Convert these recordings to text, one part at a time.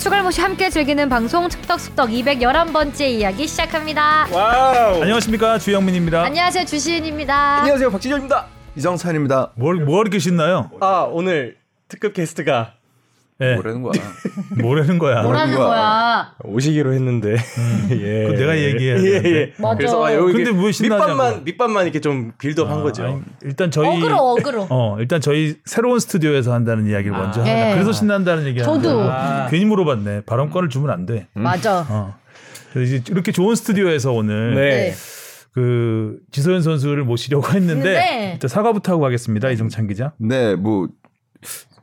추갈모시 함께 즐기는 방송 척덕숙덕 211번째 이야기 시작합니다. 와우. 안녕하십니까 주영민입니다. 안녕하세요 주시은입니다. 안녕하세요 박진영입니다. 이정찬입니다. 뭘, 뭐 이렇게 신나요? 아 오늘 특급 게스트가 예, 네. 뭐라는 거야? 뭐라는 거야? 뭐라는 뭐야? 거야? 오시기로 했는데. 예. 음. 그건 내가 얘기해야 예, 예. 맞아. 그래서 아, 여기 근데 왜 신나지 않고. 밑밥만 밑밥만 이렇게 좀 빌드업한 거죠. 아니, 일단 저희 어그로 어그로. 어, 일단 저희 새로운 스튜디오에서 한다는 아. 이야기를 먼저 하자. 예. 그래서 신난다는 얘기 하는 저도. 거야. 괜히 물어봤네. 발언권을 주면 안 돼. 맞아. 어. 그래서 이제 이렇게 좋은 스튜디오에서 오늘 네. 그 지소연 선수를 모시려고 했는데 근데- 일단 사과부터 하고 가겠습니다. 이정찬 기자. 네, 뭐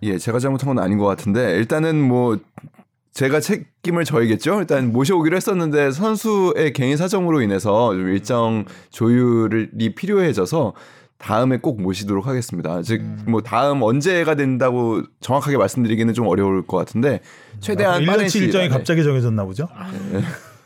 예, 제가 잘못한 건 아닌 것 같은데 일단은 뭐 제가 책임을 져야겠죠. 일단 모셔오기로 했었는데 선수의 개인 사정으로 인해서 좀 일정 조율이 필요해져서 다음에 꼭 모시도록 하겠습니다. 즉 뭐 다음 언제가 된다고 정확하게 말씀드리기는 좀 어려울 것 같은데 네, 최대한 아, 빠른 1년치 음. 시일 아, 그 일정이 안에 갑자기 정해졌나 보죠? 아,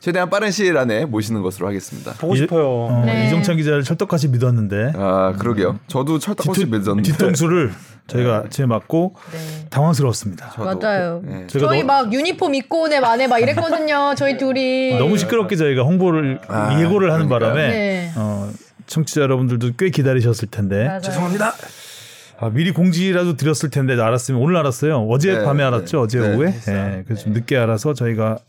최대한 빠른 시일 안에 모시는 것으로 하겠습니다. 보고 이- 싶어요. 어, 네. 이정찬 기자를 철떡같이 믿었는데 아 그러게요. 저도 철딱같이 맺었는데 음. 뒤통수를 저희가 제 맞고 네. 당황스러웠습니다. 저도. 맞아요. 예. 제가 저희 너- 막 유니폼 입고 온 애 만에 막 이랬거든요. 저희 둘이. 아, 너무 시끄럽게 저희가 홍보를 아, 예고를 하는 바람에 네. 어, 청취자 여러분들도 꽤 기다리셨을 텐데 죄송합니다. 아, 미리 공지라도 드렸을 텐데 알았으면 오늘 알았어요. 어제 네, 밤에 네. 알았죠. 어제 네. 오후에. 네, 그래서 좀 늦게 알아서 저희가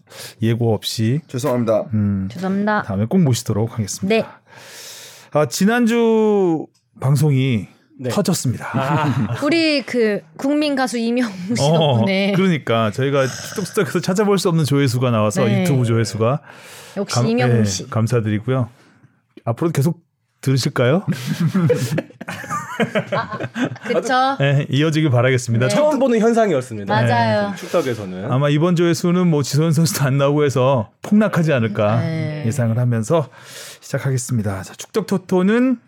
예고 없이 죄송합니다. 음. 죄송합니다. 다음에 꼭 모시도록 하겠습니다. 네. 아, 지난주 방송이 네. 터졌습니다. 우리 그 국민 가수 이명웅 씨 어, 덕분에 그러니까 저희가 뚝뚝뚝에서 찾아볼 수 없는 조회수가 나와서 네. 유튜브 조회수가 역시 감- 예, 이명웅 씨. 감사드리고요. 앞으로 도 계속 들으실까요? 그쵸? 네, 이어지길 바라겠습니다. 첫- 처음 보는 현상이었습니다. 네. 맞아요. 축덕에서는. 아마 이번 조회수는 뭐 지소연 선수도 안 나오고 해서 폭락하지 않을까 네. 예상을 하면서 시작하겠습니다. 자, 축적 토토는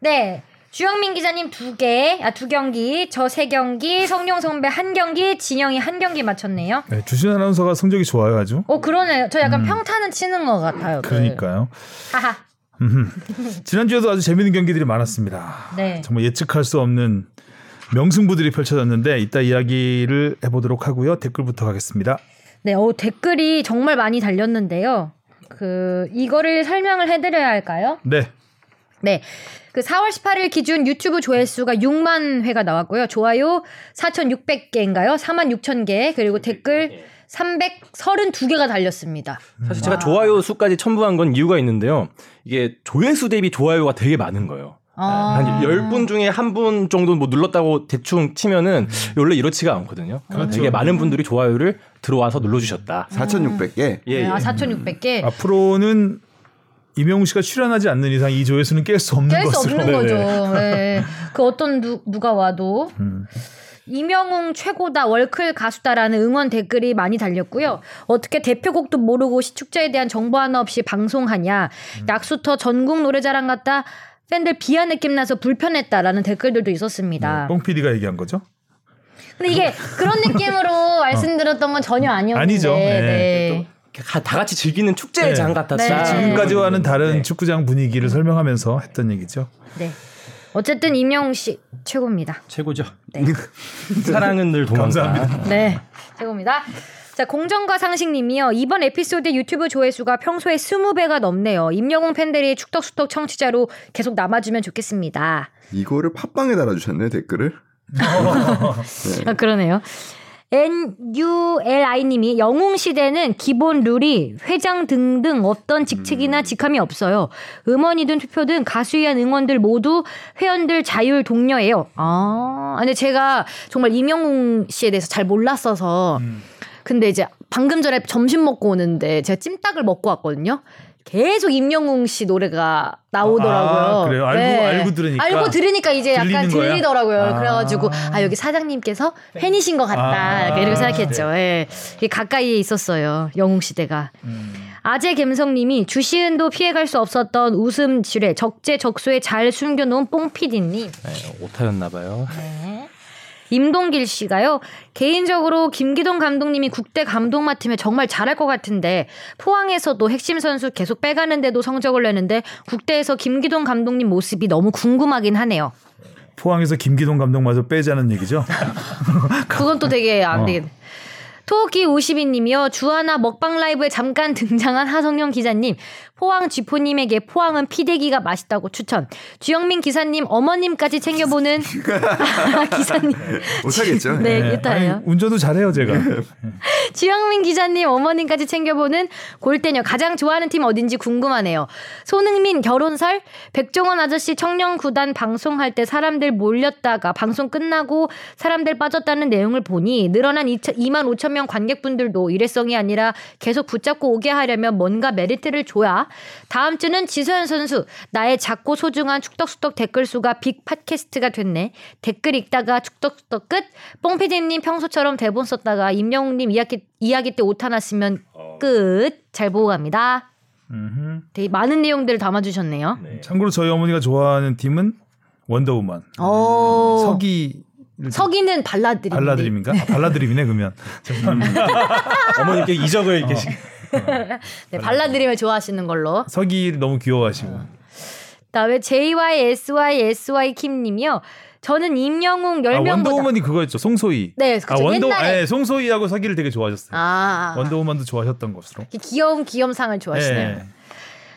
네. 주영민 기자님 두 개, 아 두 경기, 저 세 경기, 성룡 선배 한 경기, 진영이 한 경기 맞췄네요. 네, 주신 아나운서가 성적이 좋아요 아주. 어 그러네요. 저 약간 평타는 치는 것 같아요. 늘. 음. 그러니까요. 하하. 지난주에도 아주 재밌는 경기들이 많았습니다. 네. 정말 예측할 수 없는 명승부들이 펼쳐졌는데 이따 이야기를 해보도록 하고요. 댓글부터 가겠습니다. 네, 어 댓글이 정말 많이 달렸는데요. 그 이거를 설명을 해드려야 할까요? 네. 네. 그 4월 18일 기준 유튜브 조회수가 6만 회가 나왔고요. 좋아요 4,600개인가요? 4만 6천 개. 예. 그리고 댓글 332개가 달렸습니다. 사실 제가 좋아요 수까지 첨부한 건 이유가 있는데요. 이게 조회수 대비 좋아요가 되게 많은 거예요. 아. 한 10분 중에 한 분 정도 뭐 눌렀다고 대충 치면은 원래 이렇지가 않거든요. 그렇죠. 되게 음. 많은 분들이 좋아요를 들어와서 눌러주셨다. 4,600개. 예, 예. 아, 음. 4,600개. 앞으로는 이명웅 씨가 출연하지 않는 이상 이 조회수는 깰 수 없는 깰 수 것으로. 없는 거죠. 네. 그 어떤 누, 누가 와도 이명웅 최고다 월클 가수다라는 응원 댓글이 많이 달렸고요. 어떻게 대표곡도 모르고 시축자에 대한 정보 하나 없이 방송하냐. 약수터 전국 노래자랑 같다. 팬들 비하 느낌 나서 불편했다라는 댓글들도 있었습니다. 네. 뽕 PD가 얘기한 거죠? 근데 이게 그런 느낌으로 말씀드렸던 건 전혀 어. 아니었는데. 아니죠. 네. 네. 가- 다 같이 즐기는 축제장 네. 같았다. 네. 지금까지와는 다른 네. 축구장 분위기를 설명하면서 했던 얘기죠. 네. 어쨌든 이명웅 씨 최고입니다. 최고죠. 사랑은 늘 도망가. 네. 감사합니다. 네, 최고입니다. 자, 공정과 상식님이요. 이번 에피소드 유튜브 조회수가 평소에 20배가 넘네요. 임영웅 팬들이 축덕수덕 청취자로 계속 남아주면 좋겠습니다. 이거를 팟빵에 달아주셨네 댓글을. 아, 그러네요. NULI님이 영웅시대는 기본 룰이 회장 등등 어떤 직책이나 직함이 없어요. 음원이든 투표든 가수에 한 응원들 모두 회원들 자율 동료예요. 아, 근데 제가 정말 임영웅 씨에 대해서 잘 몰랐어서. 음. 근데 이제 방금 전에 점심 먹고 오는데 제가 찜닭을 먹고 왔거든요. 계속 임영웅 씨 노래가 나오더라고요. 네. 아, 그래요? 알고- 알고 들으니까? 알고 들으니까 이제 약간 들리는 거야? 들리더라고요. 아. 그래가지고 아 여기 사장님께서 팬이신 것 같다 네. 아. 이렇게 네. 이렇게 생각했죠. 예. 이게 가까이에 있었어요. 영웅 시대가. 음. 아재 갬성님이 주시은도 피해갈 수 없었던 웃음 지뢰 적재적소에 잘 숨겨놓은 뽕피디님. 네, 오타였나봐요. 임동길 씨가요. 개인적으로 김기동 감독님이 국대 감독 맡으면 정말 잘할 것 같은데 포항에서도 핵심 선수 계속 빼가는데도 성적을 내는데 국대에서 김기동 감독님 모습이 너무 궁금하긴 하네요. 포항에서 김기동 감독마저 빼자는 얘기죠. 그건 또 되게 안 되겠네. 토끼 52님이요. 주하나 먹방 라이브에 잠깐 등장한 하성룡 기자님. 포항 쥐포님에게 포항은 피대기가 맛있다고 추천. 주영민 기사님 어머님까지 챙겨보는 기사님. 못하겠죠. 네, 예. 일단요. 아니, 운전도 잘해요 제가. 지영민 기자님 어머님까지 챙겨보는 골대녀 가장 좋아하는 팀 어딘지 궁금하네요. 손흥민 결혼설 백종원 아저씨 청년 구단 방송할 때 사람들 몰렸다가 방송 끝나고 사람들 빠졌다는 내용을 보니 늘어난 2만 5천 명 관객분들도 일회성이 아니라 계속 붙잡고 오게 하려면 뭔가 메리트를 줘야 다음 주는 지소연 선수 나의 작고 소중한 축덕수덕 댓글 수가 빅 팟캐스트가 됐네. 댓글 읽다가 축덕수덕 끝. 뽕피디님 평소처럼 대본 썼다가 임영웅님 이야기 이야기 때 오타 났으면 끝. 잘 보고 갑니다. 음흠. 되게 많은 내용들을 담아주셨네요. 참고로 저희 어머니가 좋아하는 팀은 원더우먼. 어. 서기 서기는 발라드림. 발라드림인가? 아, 발라드림이네 그러면. 죄송합니다. 어머님께 이적을 이렇게 시- 네, 발라드림을 좋아하시는 걸로. 서기 너무 귀여워하시고. 아, 그다음에 JYSYSY 킴님이요. 저는 임영웅 아 10명보다. 원더우먼이 그거였죠. 송소희. 네, 그쵸. 아 원더 옛날에. 예, 송소희하고 서기를 되게 좋아하셨어요. 아, 원더우먼도 좋아하셨던 것으로. 이렇게 귀여운 귀염상을 좋아하시네요. 예.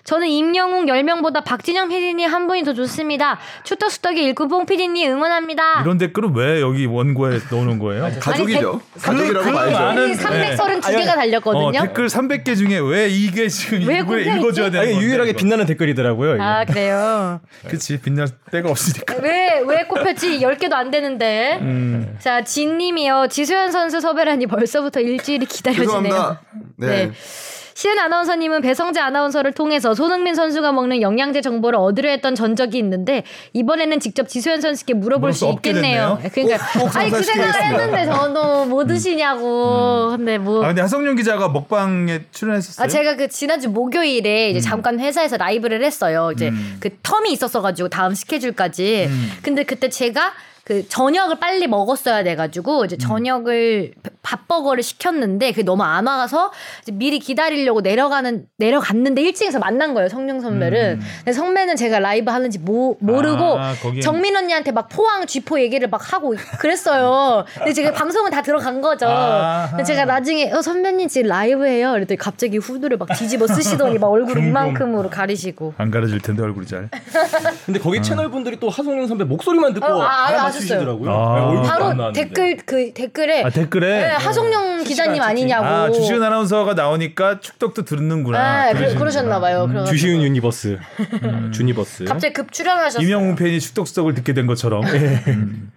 저는 임영웅 10명보다 박진영 PD님 한 분이 더 좋습니다. 추떡수떡의 일꾼뽕 PD님 응원합니다. 이런 댓글은 왜 여기 원고에 넣어놓은 아, 거예요? 가족이죠. 가족이라고 그 봐야죠. 많은- 네. 아니, 332개가 어, 달렸거든요. 댓글 300개 중에 왜 이게 지금 왜 이걸 공개했지? 읽어줘야 되는 아니, 건데, 유일하게 이거. 빛나는 댓글이더라고요. 이게. 아, 그래요. 그치 빛날 때가 없으니까. 왜, 왜 꼽혔지? 10개도 안 되는데. 자, 진님이요. 지수현 선수 섭외라니 벌써부터 일주일이 기다려지네요. 죄송합니다. 그 네. 네. 시은 아나운서님은 배성재 아나운서를 통해서 손흥민 선수가 먹는 영양제 정보를 얻으려 했던 전적이 있는데 이번에는 직접 지수현 선수께 물어볼 물어볼 수 수없게 있겠네요. 됐네요. 그러니까 꼭 아니 그 생각을 상상시키겠습니다. 했는데 저도 뭐 드시냐고. 근데 뭐 아 근데 하성룡 기자가 먹방에 출연했었어요. 아, 제가 그 지난주 목요일에 이제 잠깐 회사에서 라이브를 했어요. 이제 음. 그 텀이 있었어가지고 다음 스케줄까지. 근데 그때 제가 그 저녁을 빨리 먹었어야 돼가지고 음. 이제 저녁을 밥버거를 시켰는데 그게 너무 안 와서 이제 미리 기다리려고 내려가는 내려갔는데 1층에서 만난 거예요 성룡 선배를. 근데 선배는 제가 라이브 하는지 모, 모르고 음. 아, 거기에. 정민 언니한테 막 포항 쥐포 얘기를 막 하고 그랬어요. 근데 제가 방송은 다 들어간 거죠. 아하. 근데 제가 나중에 어 선배님 지금 라이브예요. 그랬더니 갑자기 후드를 막 뒤집어 쓰시더니 막 얼굴 궁금. 이만큼으로 가리시고. 안 가려질 텐데 얼굴이 잘. 근데 거기 음. 채널 분들이 또 하성룡 선배 목소리만 듣고 어, 아, 아, 알아맞히시더라고요. 네, 아셨어요. 아. 얼굴도 안 바로 나왔는데. 댓글 그 댓글에 아 네, 댓글에 하성룡 기자님 아니냐고. 아 주시은 아나운서가 나오니까 축덕도 듣는구나. 네, 그러, 셨나 봐요. 그래가지고 주시운 유니버스, 음. 주니버스. 갑자기 급 출연하셨어요. 이명웅 팬이 축덕수덕을 듣게 된 것처럼. 네. 음.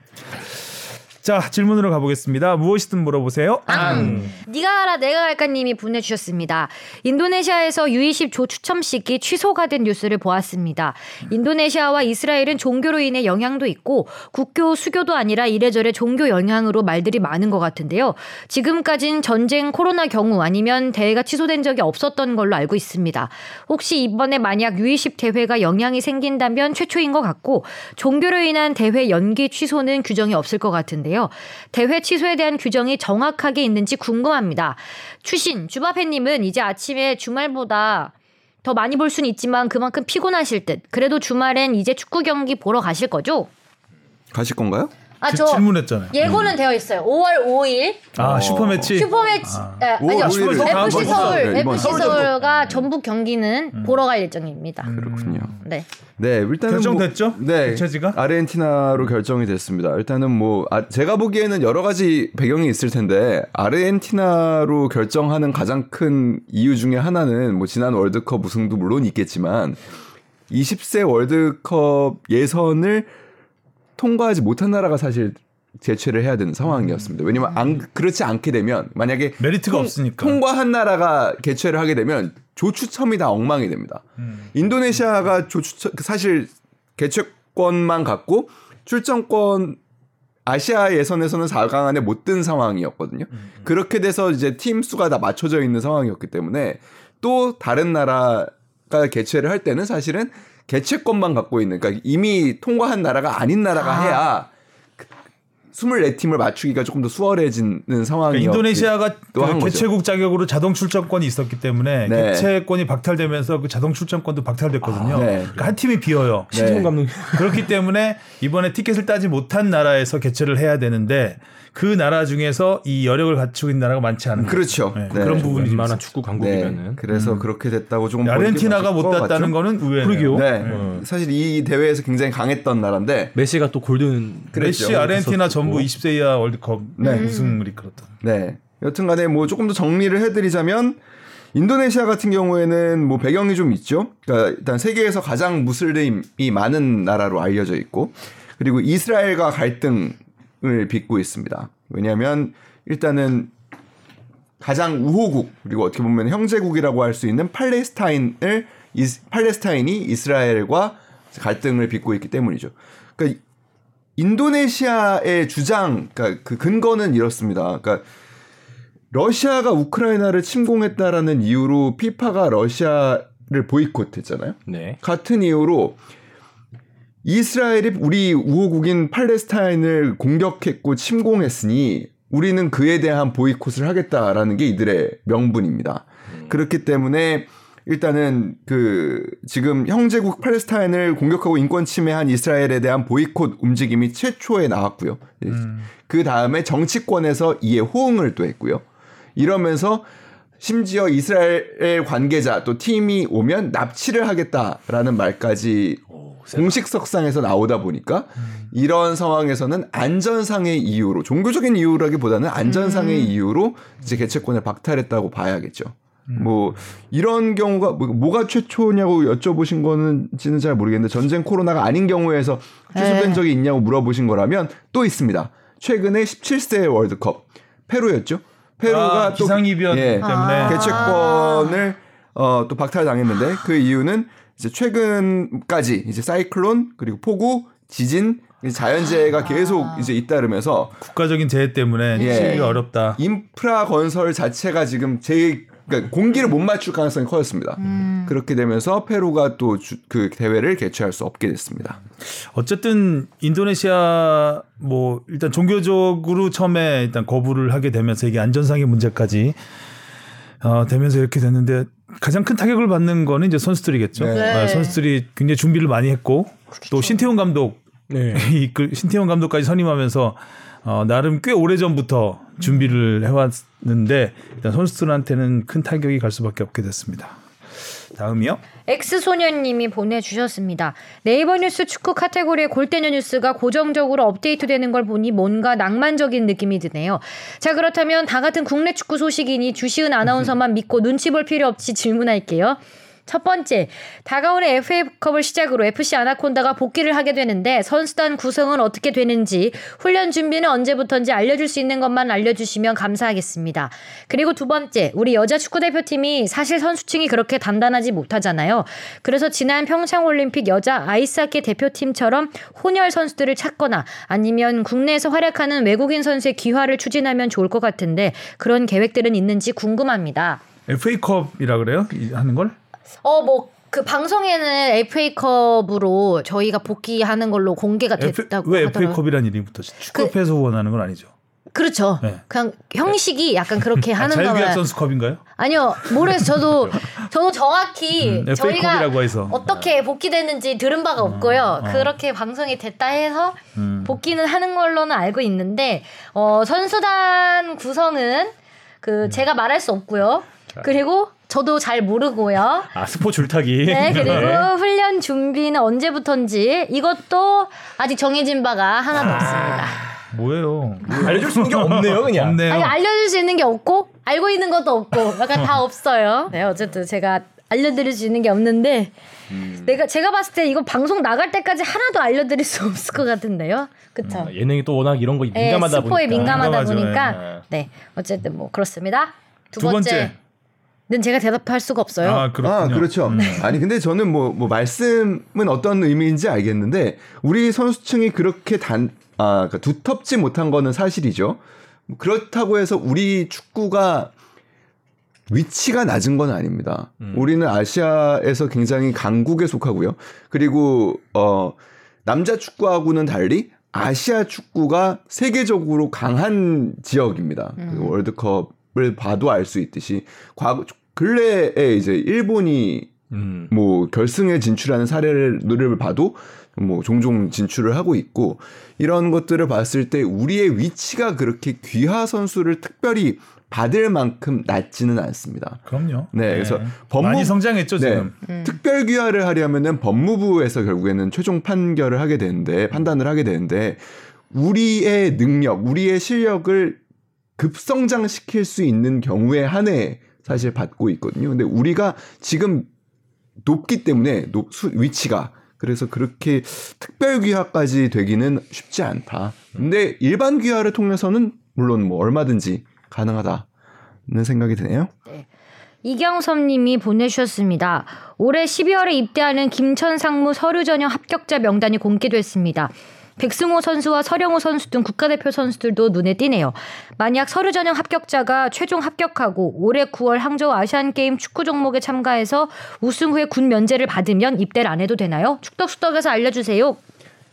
자 질문으로 가보겠습니다. 무엇이든 물어보세요. 아, 아, 니가 알아 내가 알까님이 보내주셨습니다. 인도네시아에서 U20 조 추첨식이 취소가 된 뉴스를 보았습니다. 인도네시아와 이스라엘은 종교로 인해 영향도 있고 국교 수교도 아니라 이래저래 종교 영향으로 말들이 많은 것 같은데요. 지금까지는 전쟁 코로나 경우 아니면 대회가 취소된 적이 없었던 걸로 알고 있습니다. 혹시 이번에 만약 U20 대회가 영향이 생긴다면 최초인 것 같고 종교로 인한 대회 연기 취소는 규정이 없을 것 같은데요. 대회 취소에 대한 규정이 정확하게 있는지 궁금합니다. 추신 주바페님은 이제 아침에 주말보다 더 많이 볼 수는 있지만 그만큼 피곤하실 듯. 그래도 주말엔 이제 축구 경기 보러 가실 거죠? 가실 건가요? 아 지- 저 질문했잖아요. 예고는 음. 되어 있어요. 5월 5일 아 슈퍼매치. 슈퍼매치 아, 오월 아니요 오일을 다음 FC 번 서울 네, 음. 이번 FC 서울 서울과 전북 경기는 보러 갈 예정입니다. 그렇군요. 음. 네. 네, 일단은 결정됐죠? 뭐, 네, 개최지가? 아르헨티나로 결정이 됐습니다. 일단은 뭐 아, 제가 보기에는 여러 가지 배경이 있을 텐데 아르헨티나로 결정하는 가장 큰 이유 중에 하나는 뭐 지난 월드컵 우승도 물론 있겠지만 20세 월드컵 예선을 통과하지 못한 나라가 사실 제출을 해야 되는 상황이었습니다. 왜냐면 안 그렇지 않게 되면 만약에 메리트가 없으니까. 통과한 나라가 개최를 하게 되면 조추첨이 다 엉망이 됩니다. 음. 인도네시아가 조추첨 사실 개최권만 갖고 출전권 아시아 예선에서는 4강 안에 못 든 상황이었거든요. 음, 그렇게 돼서 이제 팀 수가 다 맞춰져 있는 상황이었기 때문에 또 다른 나라가 개최를 할 때는 사실은 개최권만 갖고 있는 그러니까 이미 통과한 나라가 아닌 나라가 해야 그 24팀을 맞추기가 조금 더 수월해지는 상황이었기 그러니까 인도네시아가 또한 그 거죠. 개최국 자격으로 자동 출전권이 있었기 때문에 네. 개최권이 박탈되면서 그 자동 출전권도 박탈됐거든요. 아, 네. 그러니까 한 팀이 비어요. 신동 감독. 그렇기 때문에 이번에 티켓을 따지 못한 나라에서 개최를 해야 되는데 그 나라 중에서 이 여력을 갖추고 있는 나라가 많지 않은 거죠. 그렇죠. 네, 네. 그런 부분이 좀 있어요. 웬만한 축구 네. 강국이면은 그래서 그렇게 됐다고 조금 아르헨티나가 버리게 못 맞을 것 땄다는 같죠? 거는 의외네요. 그러게요. 그렇죠. 네. 음. 사실 이 대회에서 굉장히 강했던 나라인데 메시가 또 골든 그랬죠. 메시 아르헨티나 그래서 전부 또- 20세 이하 월드컵 네. 우승을 이끌었던. 네. 여튼간에 뭐 조금 더 정리를 해드리자면 인도네시아 같은 경우에는 뭐 배경이 좀 있죠. 그러니까 일단 세계에서 가장 무슬림이 많은 나라로 알려져 있고 그리고 이스라엘과 갈등을 빚고 있습니다. 왜냐하면 일단은 가장 우호국 그리고 어떻게 보면 형제국이라고 할 수 있는 팔레스타인을 이스- 팔레스타인이 이스라엘과 갈등을 빚고 있기 때문이죠. 그러니까 인도네시아의 주장, 그러니까 그 근거는 이렇습니다. 그러니까 러시아가 우크라이나를 침공했다라는 이유로 피파가 러시아를 보이콧했잖아요. 네. 같은 이유로 이스라엘이 우리 우호국인 팔레스타인을 공격했고 침공했으니 우리는 그에 대한 보이콧을 하겠다라는 게 이들의 명분입니다. 그렇기 때문에 일단은 그 지금 형제국 팔레스타인을 공격하고 인권 침해한 이스라엘에 대한 보이콧 움직임이 최초에 나왔고요. 그 다음에 정치권에서 이에 호응을 또 했고요. 이러면서 심지어 이스라엘 관계자 또 팀이 오면 납치를 하겠다라는 말까지 공식석상에서 나오다 보니까 이런 상황에서는 안전상의 이유로 종교적인 이유라기보다는 안전상의 이유로 이제 개최권을 박탈했다고 봐야겠죠. 뭐 이런 경우가 뭐- 뭐가 최초냐고 여쭤보신 거는지는 잘 모르겠는데 전쟁 코로나가 아닌 경우에서 취소된 적이 있냐고 물어보신 거라면 또 있습니다. 최근에 17세 월드컵 페루였죠. 페루가 아, 또 기상이변 예. 때문에 개최권을 어, 또 박탈당했는데 그 이유는 이제 최근까지 이제 사이클론 그리고 폭우 지진 이 자연재해가 계속 이제 잇따르면서 국가적인 재해 때문에 예. 치기가 어렵다. 인프라 건설 자체가 지금 제 그러니까 공기를 못 맞출 가능성이 커졌습니다. 그렇게 되면서 페루가 또 그 대회를 개최할 수 없게 됐습니다. 어쨌든 인도네시아 뭐 일단 종교적으로 처음에 일단 거부를 하게 되면서 이게 안전상의 문제까지 어, 되면서 이렇게 됐는데 가장 큰 타격을 받는 거는 이제 선수들이겠죠. 네. 아, 선수들이 굉장히 준비를 많이 했고 또 신태용 감독 네. 이끌- 신태용 감독까지 선임하면서 어, 나름 꽤 오래 전부터 준비를 해왔는데 일단 선수들한테는 큰 타격이 갈 수밖에 없게 됐습니다. 다음이요. 엑스소년님이 보내주셨습니다. 네이버 뉴스 축구 카테고리의 골대녀 뉴스가 고정적으로 업데이트되는 걸 보니 뭔가 낭만적인 느낌이 드네요. 자 그렇다면 다 같은 국내 축구 소식이니 주시은 아나운서만 믿고 눈치 볼 필요 없이 질문할게요. 첫 번째, 다가오는 FA컵을 시작으로 FC 아나콘다가 복귀를 하게 되는데 선수단 구성은 어떻게 되는지 훈련 준비는 언제부터인지 알려줄 수 있는 것만 알려주시면 감사하겠습니다. 그리고 두 번째, 우리 여자 축구대표팀이 사실 선수층이 그렇게 단단하지 못하잖아요. 그래서 지난 평창올림픽 여자 아이스하키 대표팀처럼 혼혈 선수들을 찾거나 아니면 국내에서 활약하는 외국인 선수의 귀화를 추진하면 좋을 것 같은데 그런 계획들은 있는지 궁금합니다. FA컵이라 그래요? 이- 하는 걸? 어, 뭐, 그 방송에는 FA컵으로 저희가 복귀하는 걸로 공개가 F- 됐다고 왜 하더라고요. 그 FA컵이란 이름이 붙었지? 축구협회에서 후원하는 건 아니죠. 그렇죠. 네. 그냥 형식이 약간 그렇게 아, 하는가 자유계약 봐요. 선수컵인가요? 아니요, 모르겠어요. 저도, 저도 정확히 음, 저희가 FA컵이라고 해서. 네. 어떻게 복귀됐는지 들은 바가 없고요. 어. 그렇게 방송이 됐다 해서 음. 복귀는 하는 걸로는 알고 있는데, 어, 선수단 구성은 음. 그 제가 말할 수 없고요. 그리고 저도 잘 모르고요. 아 스포 줄타기. 네, 그리고 네. 훈련 준비는 언제부터인지 이것도 아직 정해진 바가 아, 하나도 없습니다. 뭐예요? 알려줄 수 있는 게 없네요, 그냥. 없네요. 아니, 알려줄 수 있는 게 없고 알고 있는 것도 없고 약간 다 없어요. 네, 어쨌든 제가 알려드릴 수 있는 게 없는데 내가 제가 봤을 때 이거 방송 나갈 때까지 하나도 알려드릴 수 없을 것 같은데요. 그쵸? 아, 예능이 또 워낙 이런 거 예, 민감하다 스포에 보니까. 민감하다 민감하죠, 보니까 네, 어쨌든 뭐 그렇습니다. 두, 두 번째. 번째는 제가 대답할 수가 없어요. 아, 그렇군요. 아, 그렇죠. 아니, 근데 저는 뭐, 뭐, 말씀은 어떤 의미인지 알겠는데, 우리 선수층이 그렇게 단, 아, 그러니까 두텁지 못한 거는 사실이죠. 그렇다고 해서 우리 축구가 위치가 낮은 건 아닙니다. 음. 우리는 아시아에서 굉장히 강국에 속하고요. 그리고, 어, 남자 축구하고는 달리 아시아 축구가 세계적으로 강한 지역입니다. 그 월드컵을 봐도 알 수 있듯이 과거 근래에 이제 일본이 음. 뭐 결승에 진출하는 사례를 노력을 봐도 뭐 종종 진출을 하고 있고 이런 것들을 봤을 때 우리의 위치가 그렇게 귀하 선수를 특별히 받을 만큼 낮지는 않습니다. 그럼요. 네, 그래서 법무- 많이 성장했죠 네. 지금. 특별 귀화를 하려면은 법무부에서 결국에는 최종 판결을 하게 되는데 판단을 하게 되는데 우리의 능력, 우리의 실력을 급성장시킬 수 있는 경우에 한해 사실 받고 있거든요. 근데 우리가 지금 높기 때문에 높, 수, 위치가 그래서 그렇게 특별 귀화까지 되기는 쉽지 않다. 근데 일반 귀화를 통해서는 물론 뭐 얼마든지 가능하다는 생각이 드네요. 이경섭님이 보내주셨습니다. 올해 12월에 입대하는 김천 상무 서류 전형 합격자 명단이 공개됐습니다. 백승호 선수와 서령호 선수 등 국가대표 선수들도 눈에 띄네요. 만약 서류 전형 합격자가 최종 합격하고 올해 9월 항저우 아시안 게임 축구 종목에 참가해서 우승 후에 군 면제를 받으면 입대를 안 해도 되나요? 축덕수덕에서 알려주세요.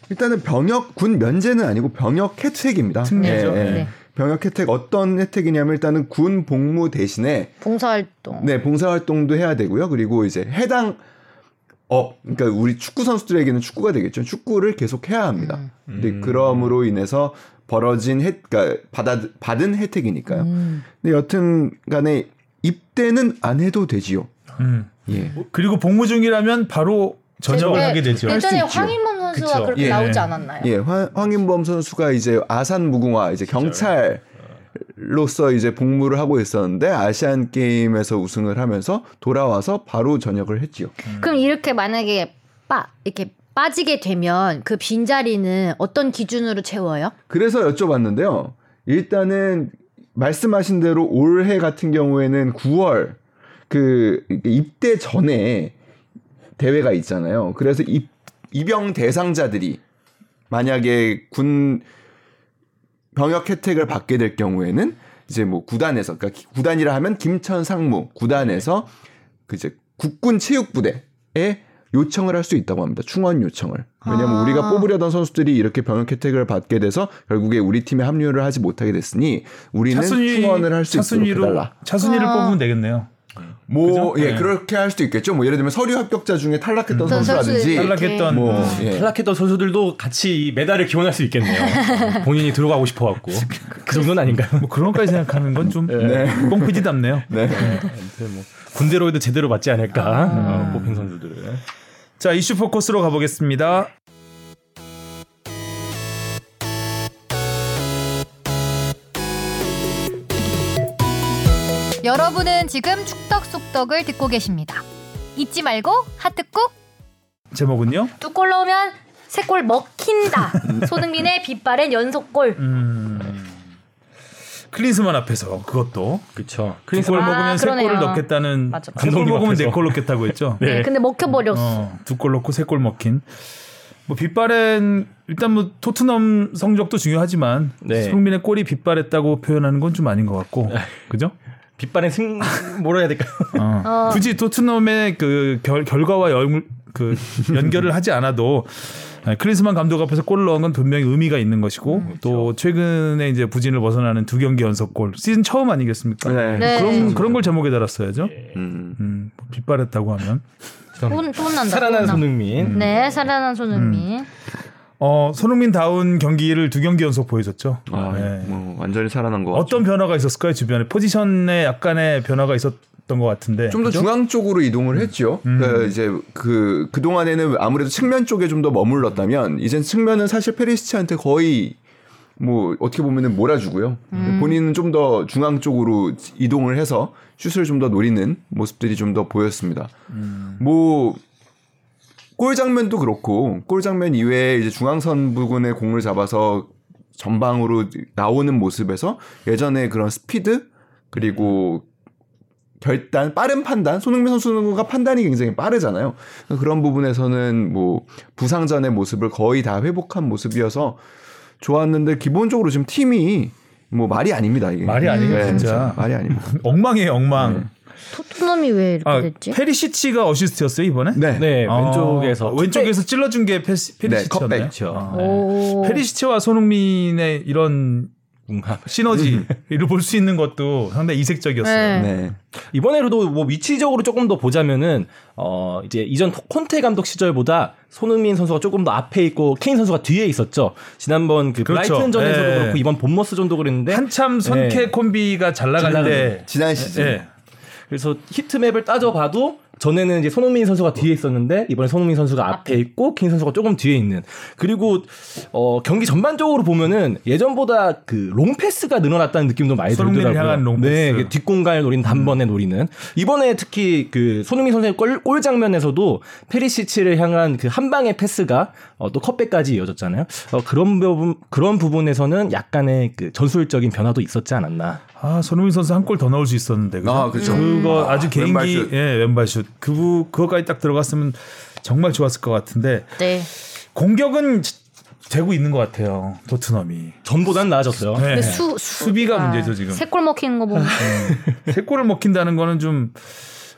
일단은 병역 군 면제는 아니고 병역 혜택입니다. 특례죠. 네. 병역 혜택 어떤 혜택이냐면 일단은 군 복무 대신에 봉사활동. 네 봉사활동도 해야 되고요. 그리고 이제 해당 업 그러니까 우리 축구 선수들에게는 축구가 되겠죠. 축구를 계속 해야 합니다. 음. 근데 그럼으로 인해서 벌어진 혜, 그러니까 받아 받은 혜택이니까요. 음. 근데 여튼간에 입대는 안 해도 되지요. 음. 예. 그리고 복무 중이라면 바로 전역을 네, 하게 되죠. 할 예전에 수 있죠. 황인범 선수가 그쵸. 그렇게 예. 나오지 않았나요? 예, 황, 황인범 선수가 이제 아산 무궁화 이제 경찰 로서 이제 복무를 하고 있었는데 아시안 게임에서 우승을 하면서 돌아와서 바로 전역을 했지요. 그럼 이렇게 만약에 빠 이렇게 빠지게 되면 그 빈자리는 어떤 기준으로 채워요? 그래서 여쭤봤는데요. 일단은 말씀하신 대로 올해 같은 경우에는 9월 그 입대 전에 대회가 있잖아요. 그래서 입, 입영 대상자들이 만약에 군 병역 혜택을 받게 될 경우에는 이제 뭐 구단에서 그러니까 기- 구단이라 하면 김천 상무 구단에서 그 이제 국군 체육부대에 요청을 할 수 있다고 합니다. 충원 요청을. 왜냐하면 우리가 뽑으려던 선수들이 이렇게 병역 혜택을 받게 돼서 결국에 우리 팀에 합류를 하지 못하게 됐으니 우리는 충원을 할 수 있도록 차순위로 해달라. 차순위를 아. 뽑으면 되겠네요. 뭐 그죠? 예 네. 그렇게 할 수도 있겠죠. 뭐 예를 들면 서류 합격자 중에 탈락했던 어떤 선수라든지 선수들. 탈락했던 뭐 예. 탈락했던 선수들도 같이 이 메달을 기원할 수 있겠네요. 본인이 들어가고 싶어갖고 그 정도는 아닌가요? 예. 뭐 그런 것까지 생각하는 건 좀뭐 뽕피디답네요. 예. 네. 뭐 군대로 해도 제대로 맞지 않을까 어, 뽑힌 선수들을. 아. 자 이슈 포커스로 가보겠습니다. 여러분은 지금 축덕숙덕을 듣고 계십니다. 잊지 말고 하트 꾹! 제목은요. 두 골 넣으면 세 골 먹힌다. 손흥민의 빗발엔 연속골. 음. 클린스만 앞에서 그것도 그렇죠. 두골 아, 먹으면 세 그러네요. 골을 넣겠다는 맞아. 세골 감독님 먹으면 앞에서. 네골 넣겠다고 했죠. 네. 근데 먹혀버렸어. 어, 두 골 넣고 세 골 먹힌. 뭐 빗발엔 일단 뭐 토트넘 성적도 중요하지만 네. 손흥민의 골이 빗발했다고 표현하는 건 좀 아닌 것 같고 그죠? 빗발의 승 뭐라 해야 될까요? 어. 굳이 토트넘의 그 결, 결과와 연, 그 연결을 하지 않아도 아, 클린스만 감독 앞에서 골을 넣은 건 분명히 의미가 있는 것이고 또 최근에 이제 부진을 벗어나는 두 경기 연속 골 시즌 처음 아니겠습니까? 네. 그런 그런 걸 제목에 달았어야죠. 음. 음, 뭐 빗발했다고 하면 혼, 혼난다. 살아난 혼나. 손흥민. 네, 살아난 손흥민. 음. 어 손흥민 다운 경기를 두 경기 연속 보여줬죠. 네. 뭐 완전히 살아난 것 같아요. 어떤 변화가 있었을까요 주변에 포지션에 약간의 변화가 있었던 것 같은데 좀 더 그죠? 음. 중앙 쪽으로 이동을 했죠. 그러니까 이제 그, 그동안에는 아무래도 측면 쪽에 좀 더 머물렀다면, 이젠 측면은 사실 페리시치한테 거의 뭐 어떻게 보면은 몰아주고요. 음. 본인은 좀 더 중앙 쪽으로 이동을 해서 슛을 좀 더 노리는 모습들이 좀 더 보였습니다. 음. 뭐, 골 장면도 그렇고, 골 장면 이외에 이제 중앙선 부근에 공을 잡아서 전방으로 나오는 모습에서 예전에 그런 스피드, 그리고 결단, 빠른 판단, 손흥민 선수가 판단이 굉장히 빠르잖아요. 그런 부분에서는 뭐 부상 전의 모습을 거의 다 회복한 모습이어서 좋았는데 기본적으로 지금 팀이 뭐 말이 아닙니다 이게. 네. 말이 아니에요, 진짜. 말이 아닙니다. 엉망이에요 네. 엉망. 토트넘이 왜 이렇게 아, 됐지? 페리시치가 어시스트였어요 이번에? 네. 네 아, 왼쪽에서 네. 아, 왼쪽에서 찔러준 게 페시, 네, 페리시치였나요? 컵백. 그렇죠. 페리시치와 손흥민의 이런 뭔가 음. 시너지를 볼 수 있는 것도 상당히 이색적이었어요. 네. 네. 이번에도 뭐 위치적으로 조금 더 보자면은 어 이제 이전 콘테 감독 시절보다 손흥민 선수가 조금 더 앞에 있고 케인 선수가 뒤에 있었죠. 지난번 그 그렇죠. 브라이튼전에서도 예. 그렇고 이번 본머스전도 그랬는데 한참 선캐 네. 콤비가 잘 나갈 잘 때. 지난 예. 시즌. 그래서 히트맵을 따져봐도 전에는 이제 손흥민 선수가 뒤에 있었는데 이번에 손흥민 선수가 앞에 있고 케인 선수가 조금 뒤에 있는 그리고 어 경기 전반적으로 보면은 예전보다 그 롱패스가 늘어났다는 느낌도 많이 손흥민을 들더라고요. 향한 롱패스. 음. 네, 이게 뒷공간을 노린 단번에 노리는 이번에 특히 그 손흥민 선수의 골, 골 장면에서도 페리시치를 향한 그 한 방의 패스가 어, 또 컵백까지 이어졌잖아요. 어, 그런 부분 그런 부분에서는 약간의 그 전술적인 변화도 있었지 않았나. 아, 손흥민 선수 한 골 더 넣을 수 있었는데. 그죠? 아, 그렇죠. 그거 아, 주 개인기 왼발 왼발슛. 슛. 예, 왼발슛. 그 그거까지 딱 들어갔으면 정말 좋았을 것 같은데 네. 공격은 지- 되고 있는 것 같아요. 토트넘이. 전보단 나아졌어요. 네. 수- 수- 수비가 아, 문제죠, 지금. 새골 먹히는 거 보면 세 골을 먹힌다는 거는 좀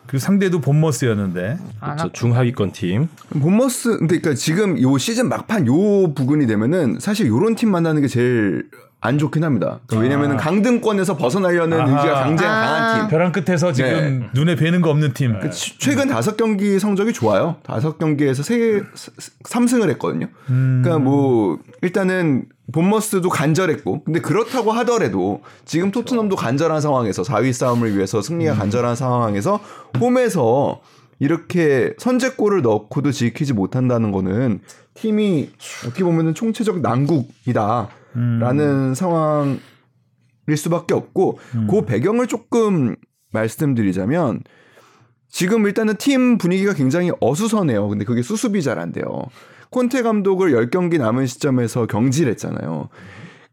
그 상대도 본머스였는데. 그렇죠. 중하위권 팀. 본머스 그러니까 지금 요 시즌 막판 요 부근이 되면은 사실 요런 팀 만나는 게 제일 안 좋긴 합니다. 그러니까 왜냐면은 강등권에서 벗어나려는 아. 아하. 의지가 강제 강한 팀. 벼랑 끝에서 지금 눈에 뵈는 거 없는 팀. 치- 최근 다섯 경기 성적이 좋아요. 다섯 경기에서 세 삼승을 했거든요. 그러니까 뭐 일단은 본머스도 간절했고, 근데 그렇다고 하더라도 지금 토트넘도 간절한 상황에서 4위 싸움을 위해서 승리가 간절한 상황에서 홈에서 이렇게 선제골을 넣고도 지키지 못한다는 거는 팀이 어떻게 보면은 총체적 난국이다라는 상황. 일 수밖에 없고 그 배경을 조금 말씀드리자면 지금 일단은 팀 분위기가 굉장히 어수선해요. 근데 그게 수습이 잘 안 돼요. 콘테 감독을 10경기 남은 시점에서 경질했잖아요.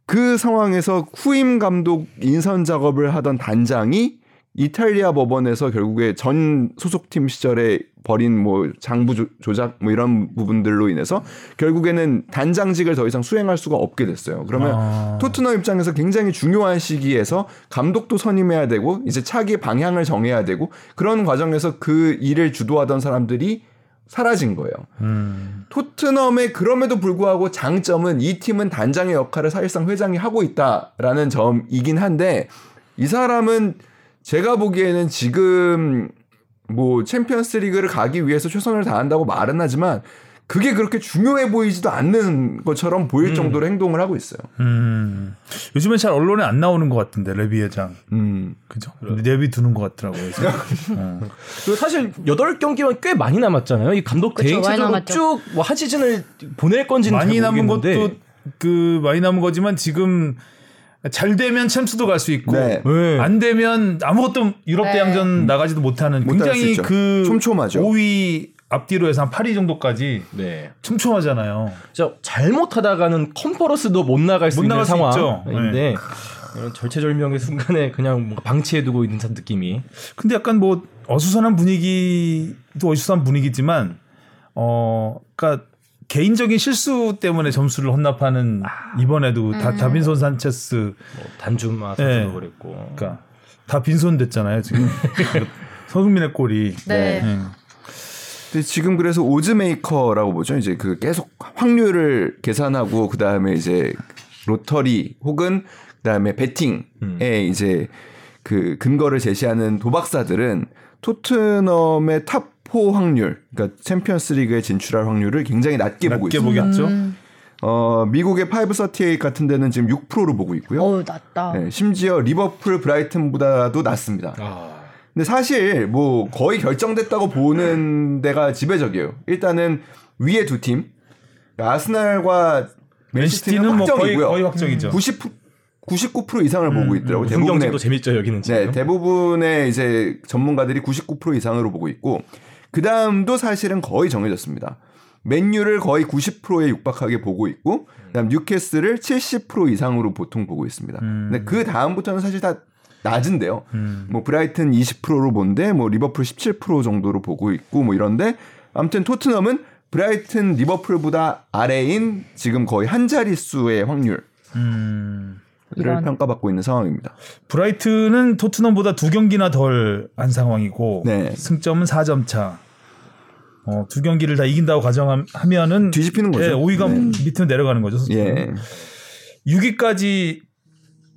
그 상황에서 후임 감독 인선 작업을 하던 단장이 이탈리아 법원에서 결국에 전 소속팀 시절에 벌인 뭐 장부 조- 조작 뭐 이런 부분들로 인해서 결국에는 단장직을 더 이상 수행할 수가 없게 됐어요. 그러면 아. 토트넘 입장에서 굉장히 중요한 시기에서 감독도 선임해야 되고 이제 차기 방향을 정해야 되고 그런 과정에서 그 일을 주도하던 사람들이 사라진 거예요. 토트넘의 그럼에도 불구하고 장점은 이 팀은 단장의 역할을 사실상 회장이 하고 있다라는 점이긴 한데 이 사람은 제가 보기에는 지금 뭐 챔피언스 리그를 가기 위해서 최선을 다한다고 말은 하지만 그게 그렇게 중요해 보이지도 않는 것처럼 보일 정도로 행동을 하고 있어요. 음. 요즘엔 잘 언론에 안 나오는 것 같은데 레비 회장. 음. 그죠? 레비 두는 것 같더라고요. 그래서. 어. 그리고 사실 여덟 경기만 꽤 많이 남았잖아요. 이 감독 그쵸, 그렇죠. 많이 대행체적으로 남았죠. 쭉뭐한 시즌을 보낼 건지는 많이 잘 남은 모르겠는데 것도 그 많이 남은 거지만 지금 잘 되면 챔스도 갈 수 있고 네. 네. 음. 안 되면 아무것도 유럽 네. 대항전 나가지도 못하는 못할 수 굉장히 있죠. 그 촘촘하죠. 5위 앞뒤로 해서 한 8위 정도까지 네. 촘촘하잖아요. 진짜 잘못하다가는 컨퍼런스도 못 나갈 수 못 있는 나갈 수 있죠. 네. 상황인데 네. 이런 절체절명의 순간에 그냥 뭔가 방치해두고 있는 듯한 느낌이 근데 약간 뭐 어수선한 분위기도 어수선한 분위기지만 어 그러니까 개인적인 실수 때문에 점수를 혼납하는 이번에도 다 다빈손 산체스 뭐 단주마 네. 선수도 그랬고 그러니까 다 빈손 됐잖아요 지금 그 서승민의 골이 네. 예. 근데 지금 그래서 오즈메이커라고 보죠. 이제 그 계속 확률을 계산하고 그 다음에 이제 로터리 혹은 그 다음에 베팅에 이제 그 근거를 제시하는 도박사들은 토트넘의 탑4 확률, 그러니까 챔피언스리그에 진출할 확률을 굉장히 낮게, 보고 낮게 있습니다. 보겠죠. 어, 미국의 538 같은 데는 지금 6%로 보고 있고요. 어우 낫다. 네, 심지어 리버풀 브라이튼보다도 낮습니다. 근데 사실 뭐 거의 결정됐다고 보는 데가 지배적이에요. 일단은 위에 두 팀, 그러니까 아스날과 맨시티는 맨시티는 뭐 거의 확정이고요. 거의 확정이죠. 90 99% 이상을 보고 있더라고. 요 우승 대부분의 경쟁도 재밌죠 여기는 지금 네, 대부분의 이제 전문가들이 99% 이상으로 보고 있고 그 다음도 사실은 거의 정해졌습니다. 맨유를 거의 90%에 육박하게 보고 있고 그다음 뉴캐슬을 70% 이상으로 보통 보고 있습니다. 근데 그 다음부터는 사실 다 낮은데요. 뭐 브라이튼 20%로 본데 뭐 리버풀 17% 정도로 보고 있고 뭐 이런데 아무튼 토트넘은 브라이튼 리버풀보다 아래인 지금 거의 한 자릿수의 확률을 평가받고 있는 상황입니다. 브라이트는 토트넘보다 두 경기나 덜 한 상황이고 네. 승점은 4점 차. 어, 두 경기를 다 이긴다고 가정하면은 뒤집히는 거죠. 예, 5위가 네. 밑으로 내려가는 거죠. 예. 6위까지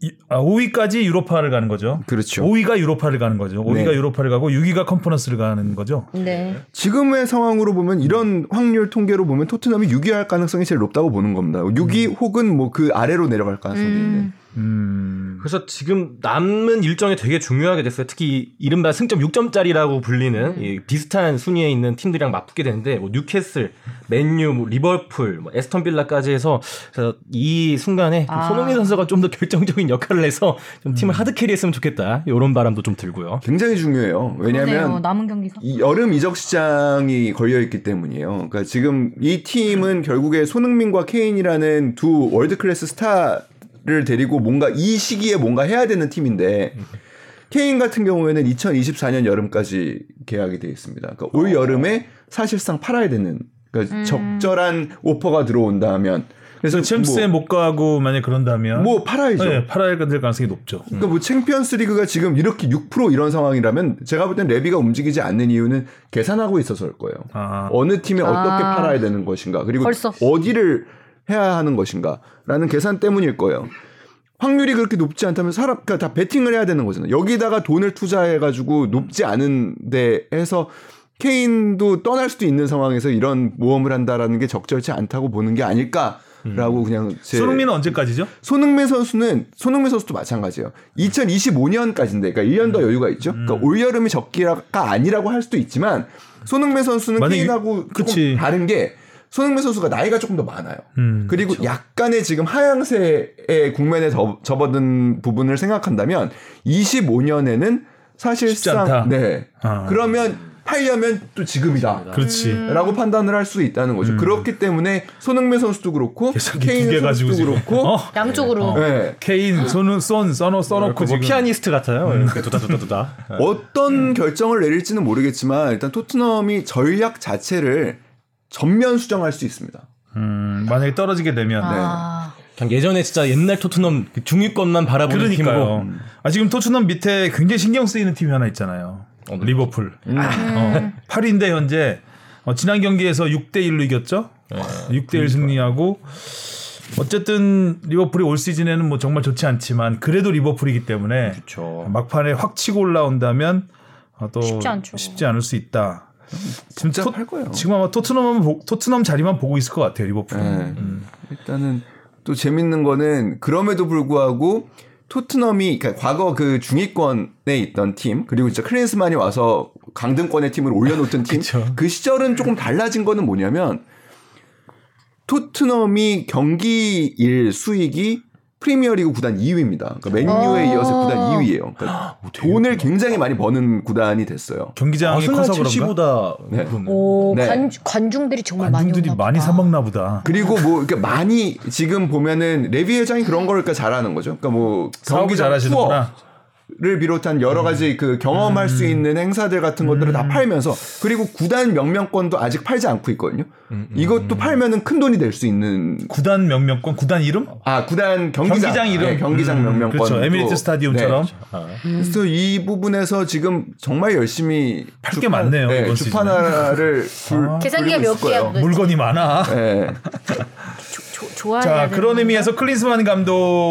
이- 아, 5위까지 유로파를 가는 거죠. 그렇죠. 5위가 유로파를 가는 거죠. 5위가 네. 유로파를 가고 6위가 컨퍼런스를 가는 거죠. 네. 지금의 상황으로 보면 이런 확률 통계로 보면 토트넘이 6위할 가능성이 제일 높다고 보는 겁니다. 음. 6위 혹은 뭐 그 아래로 내려갈 가능성도 있는. 음. 그래서 지금 남은 일정이 되게 중요하게 됐어요. 특히 이- 이른바 승점 6점짜리라고 불리는 이 비슷한 순위에 있는 팀들이랑 맞붙게 되는데 뭐 뉴캐슬, 맨유, 뭐 리버풀, 뭐 에스턴 빌라까지 해서 그래서 이 순간에 좀 손흥민 선수가 좀 더 결정적인 역할을 해서 좀 팀을 하드 캐리했으면 좋겠다. 이런 바람도 좀 들고요. 굉장히 중요해요. 그러네요. 왜냐하면 남은 경기가. 이 여름 이적 시장이 걸려 있기 때문이에요. 그러니까 지금 이 팀은 결국에 손흥민과 케인이라는 두 월드 클래스 스타를 데리고 뭔가 이 시기에 뭔가 해야 되는 팀인데 케인 같은 경우에는 2024년 여름까지 계약이 되어 있습니다. 그러니까 올 여름에 사실상 팔아야 되는 그러니까 적절한 오퍼가 들어온다면 그래서 그래서 챔스에 못 가고 만약 그런다면 뭐, 뭐 팔아야죠. 네, 팔아야 될 가능성이 높죠. 그러니까 뭐 챔피언스 리그가 지금 이렇게 6% 이런 상황이라면 제가 볼 땐 레비가 움직이지 않는 이유는 계산하고 있어서일 거예요. 아. 어느 팀에 어떻게 아. 팔아야 되는 것인가 그리고 벌써. 어디를 해야 하는 것인가라는 계산 때문일 거예요. 확률이 그렇게 높지 않다면 사람 그러니까 다 베팅을 해야 되는 거잖아요. 여기다가 돈을 투자해 가지고 높지 않은데 해서 케인도 떠날 수도 있는 상황에서 이런 모험을 한다라는 게 적절치 않다고 보는 게 아닐까라고 그냥 제 음. 손흥민은 언제까지죠? 손흥민 선수는 손흥민 선수도 마찬가지예요. 2025년까지인데, 그러니까 1년 음. 더 여유가 있죠. 그러니까 올 여름이 적기가 아니라고 할 수도 있지만 손흥민 선수는 만약에 케인하고 그치. 조금 다른 게 손흥민 선수가 나이가 조금 더 많아요. 음, 그리고 약간의 지금 하향세의 국면에 접- 접어든 부분을 생각한다면 25년에는 않다. 사실상 네 아. 그러면 팔려면 또 지금이다. 그렇지. 음. 라고 판단을 할 수 있다는 거죠. 그렇기 때문에 손흥민 선수도 그렇고 계산기 두 개 케인 가지고 선수도 지금. 그렇고 어? 양쪽으로. 네. 케인 손은 쏜 써놓 써놓고 뭐 지금 피아니스트 같아요. 그 도다도다도다. 어떤 결정을 내릴지는 모르겠지만 일단 토트넘이 전략 자체를 전면 수정할 수 있습니다. 음, 만약에 떨어지게 되면 네. 아. 그냥 예전에 진짜 옛날 토트넘 그 중위권만 바라보는 그러니까요. 팀이고 아 지금 토트넘 밑에 굉장히 신경 쓰이는 팀이 하나 있잖아요. 리버풀. 어, 네. 8위인데 현재 어, 지난 경기에서 6대 1로 이겼죠. 6대 1 승리하고 어쨌든 리버풀이 올 시즌에는 뭐 정말 좋지 않지만 그래도 리버풀이기 때문에 그렇죠. 막판에 확 치고 올라온다면 어, 또 쉽지, 않죠. 않을 수 있다. 지금 진짜 팔 거예요. 지금 아마 토트넘은 보- 토트넘 자리만 보고 있을 것 같아요. 리버풀. 네. 일단은 또 재밌는 거는 그럼에도 불구하고 토트넘이 그러니까 과거 그 중위권에 있던 팀 그리고 진짜 클린스만이 와서 강등권의 팀을 올려놓던 팀 그 시절은 조금 달라진 거는 뭐냐면 토트넘이 경기일 수익이 프리미어리그 구단 2위입니다. 그러니까 맨유에 이어서 구단 2위예요. 그러니까 돈을 굉장히 많이 버는 구단이 됐어요. 경기장이 아스날 커서 그런가? 첼시보다 네. 그러면. 오, 네. 관, 관중들이 정말 관중들이 많이 오나 많이 보다. 사먹나 보다. 그리고 뭐 이렇게 많이 지금 보면은 레비 회장이 그런 걸까 잘하는 거죠. 그러니까 뭐 사업을 경기장 잘하시는구나. 음. 투어를 비롯한 여러 가지 그 경험할 수 있는 행사들 같은 것들을 다 팔면서 그리고 구단 명명권도 아직 팔지 않고 있거든요. 음, 이것도 팔면은 큰 돈이 될 수 있는 구단 명명권, 구단 이름? 아 구단 경기장, 경기장 이름. 네, 경기장 음, 명명권 네. 그렇죠. 그렇죠. 에미레이트 스타디움처럼. 아, 그래서 이 부분에서 지금 정말 열심히 팔게 많네요, 네, 이번 주파나를 불- 계산기가 돌리고 몇 있을 개야, 거예요. 그거? 물건이 많아. 네. 조, 좋아해야 자, 되는 그런 건가? 의미에서 클린스만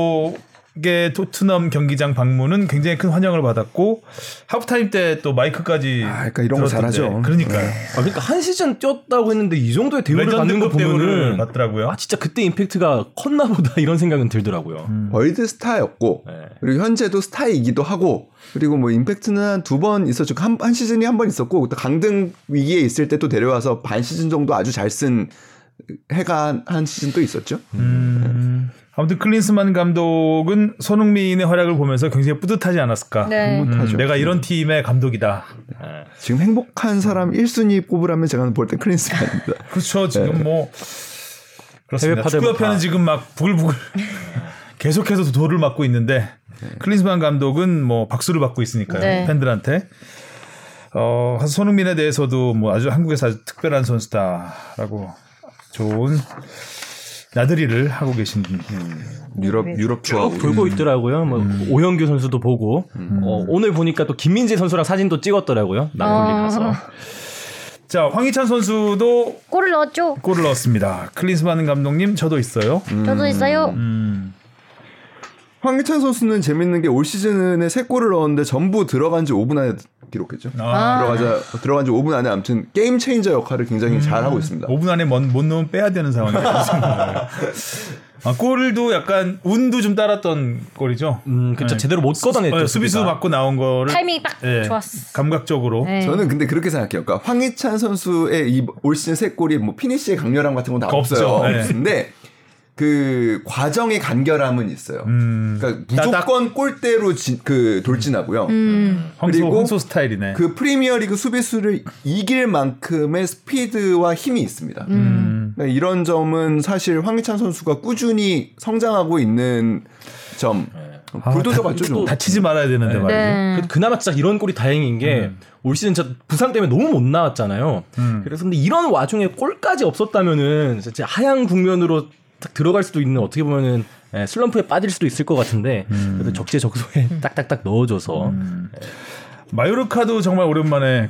감독의 토트넘 경기장 방문은 굉장히 큰 환영을 받았고 하프타임 때 또 마이크까지 아, 그러니까 이런 거 들었던데. 잘하죠. 네. 그러니까요. 아, 그러니까 한 시즌 뛰었다고 했는데 이 정도의 대우를 받는 거 레전드급 대우를 보면은 받더라고요. 아 진짜 그때 임팩트가 컸나 보다 이런 생각은 들더라고요. 음. 월드 스타였고 네. 그리고 현재도 스타이기도 하고 그리고 뭐 임팩트는 한 두 번 있었죠 한, 한 시즌이 한 번 있었고 또 강등 위기에 있을 때 또 데려와서 반 시즌 정도 아주 잘 쓴 해가 한, 한 시즌 또 있었죠 음, 아무튼 클린스만 감독은 손흥민의 활약을 보면서 굉장히 뿌듯하지 않았을까. 네. 음, 하죠. 내가 이런 팀의 감독이다. 지금 행복한 사람 1순위 뽑으라면 제가 볼 때 클린스만입니다 그렇죠. 지금 뭐 해외 그렇습니다. 파대 축구협회는 네. 뭐 다. 지금 막 부글부글 계속해서 돌을 맞고 있는데 네. 클린스만 감독은 뭐 박수를 받고 있으니까요. 네. 팬들한테. 어, 그래서 손흥민에 대해서도 뭐 아주 한국에서 아주 특별한 선수다라고 좋은 나들이를 하고 계신 유럽 유럽 어, 쭉 우리. 음. 돌고 있더라고요. 뭐 오영규 선수도 보고 어, 오늘 보니까 또 김민재 선수랑 사진도 찍었더라고요. 나폴리 가서 자 황희찬 선수도 골을 넣었죠. 골을 음. 넣었습니다. 클린스만 감독님 저도 있어요. 저도 있어요. 황희찬 선수는 재밌는 게 올 시즌에 세 골을 넣었는데 전부 들어간 지 5분 안에 기록했죠. 아. 들어가자 들어간 지 5분 안에 아무튼 게임 체인저 역할을 음. 굉장히 잘 하고 있습니다. 5분 안에 못, 못 넣으면 빼야 되는 상황이에요. 아, 골도 약간 운도 좀 따랐던 골이죠. 음, 그쵸. 네. 제대로 못 걷어냈죠. 어, 수비수 수비가. 맞고 나온 거를 타이밍이 딱 예, 좋았어. 감각적으로 네. 저는 근데 그렇게 생각해요. 그러니까 황희찬 선수의 이 올 시즌 세 골이 뭐 피니시의 강렬함 같은 건 다 없죠. 없어요. 네. 근데 그 과정의 간결함은 있어요. 음. 그러니까 따닥. 무조건 골대로 진- 그 돌진하고요. 황소, 그리고 황소 스타일이네. 그 프리미어리그 수비수를 이길 만큼의 스피드와 힘이 있습니다. 음. 네, 이런 점은 사실 황희찬 선수가 꾸준히 성장하고 있는 점. 불도저 맞죠, 좀. 다치지 네. 말아야 되는데 말이죠. 네. 그- 그나마 진짜 이런 골이 다행인 게 올 시즌 진짜 부상 때문에 너무 못 나왔잖아요. 음. 그래서 근데 이런 와중에 골까지 없었다면은 진짜 하얀 국면으로 딱 들어갈 수도 있는 어떻게 보면은 예, 슬럼프에 빠질 수도 있을 것 같은데 음. 그래도 적재적소에 딱딱딱 넣어줘서 마요르카도 정말 오랜만에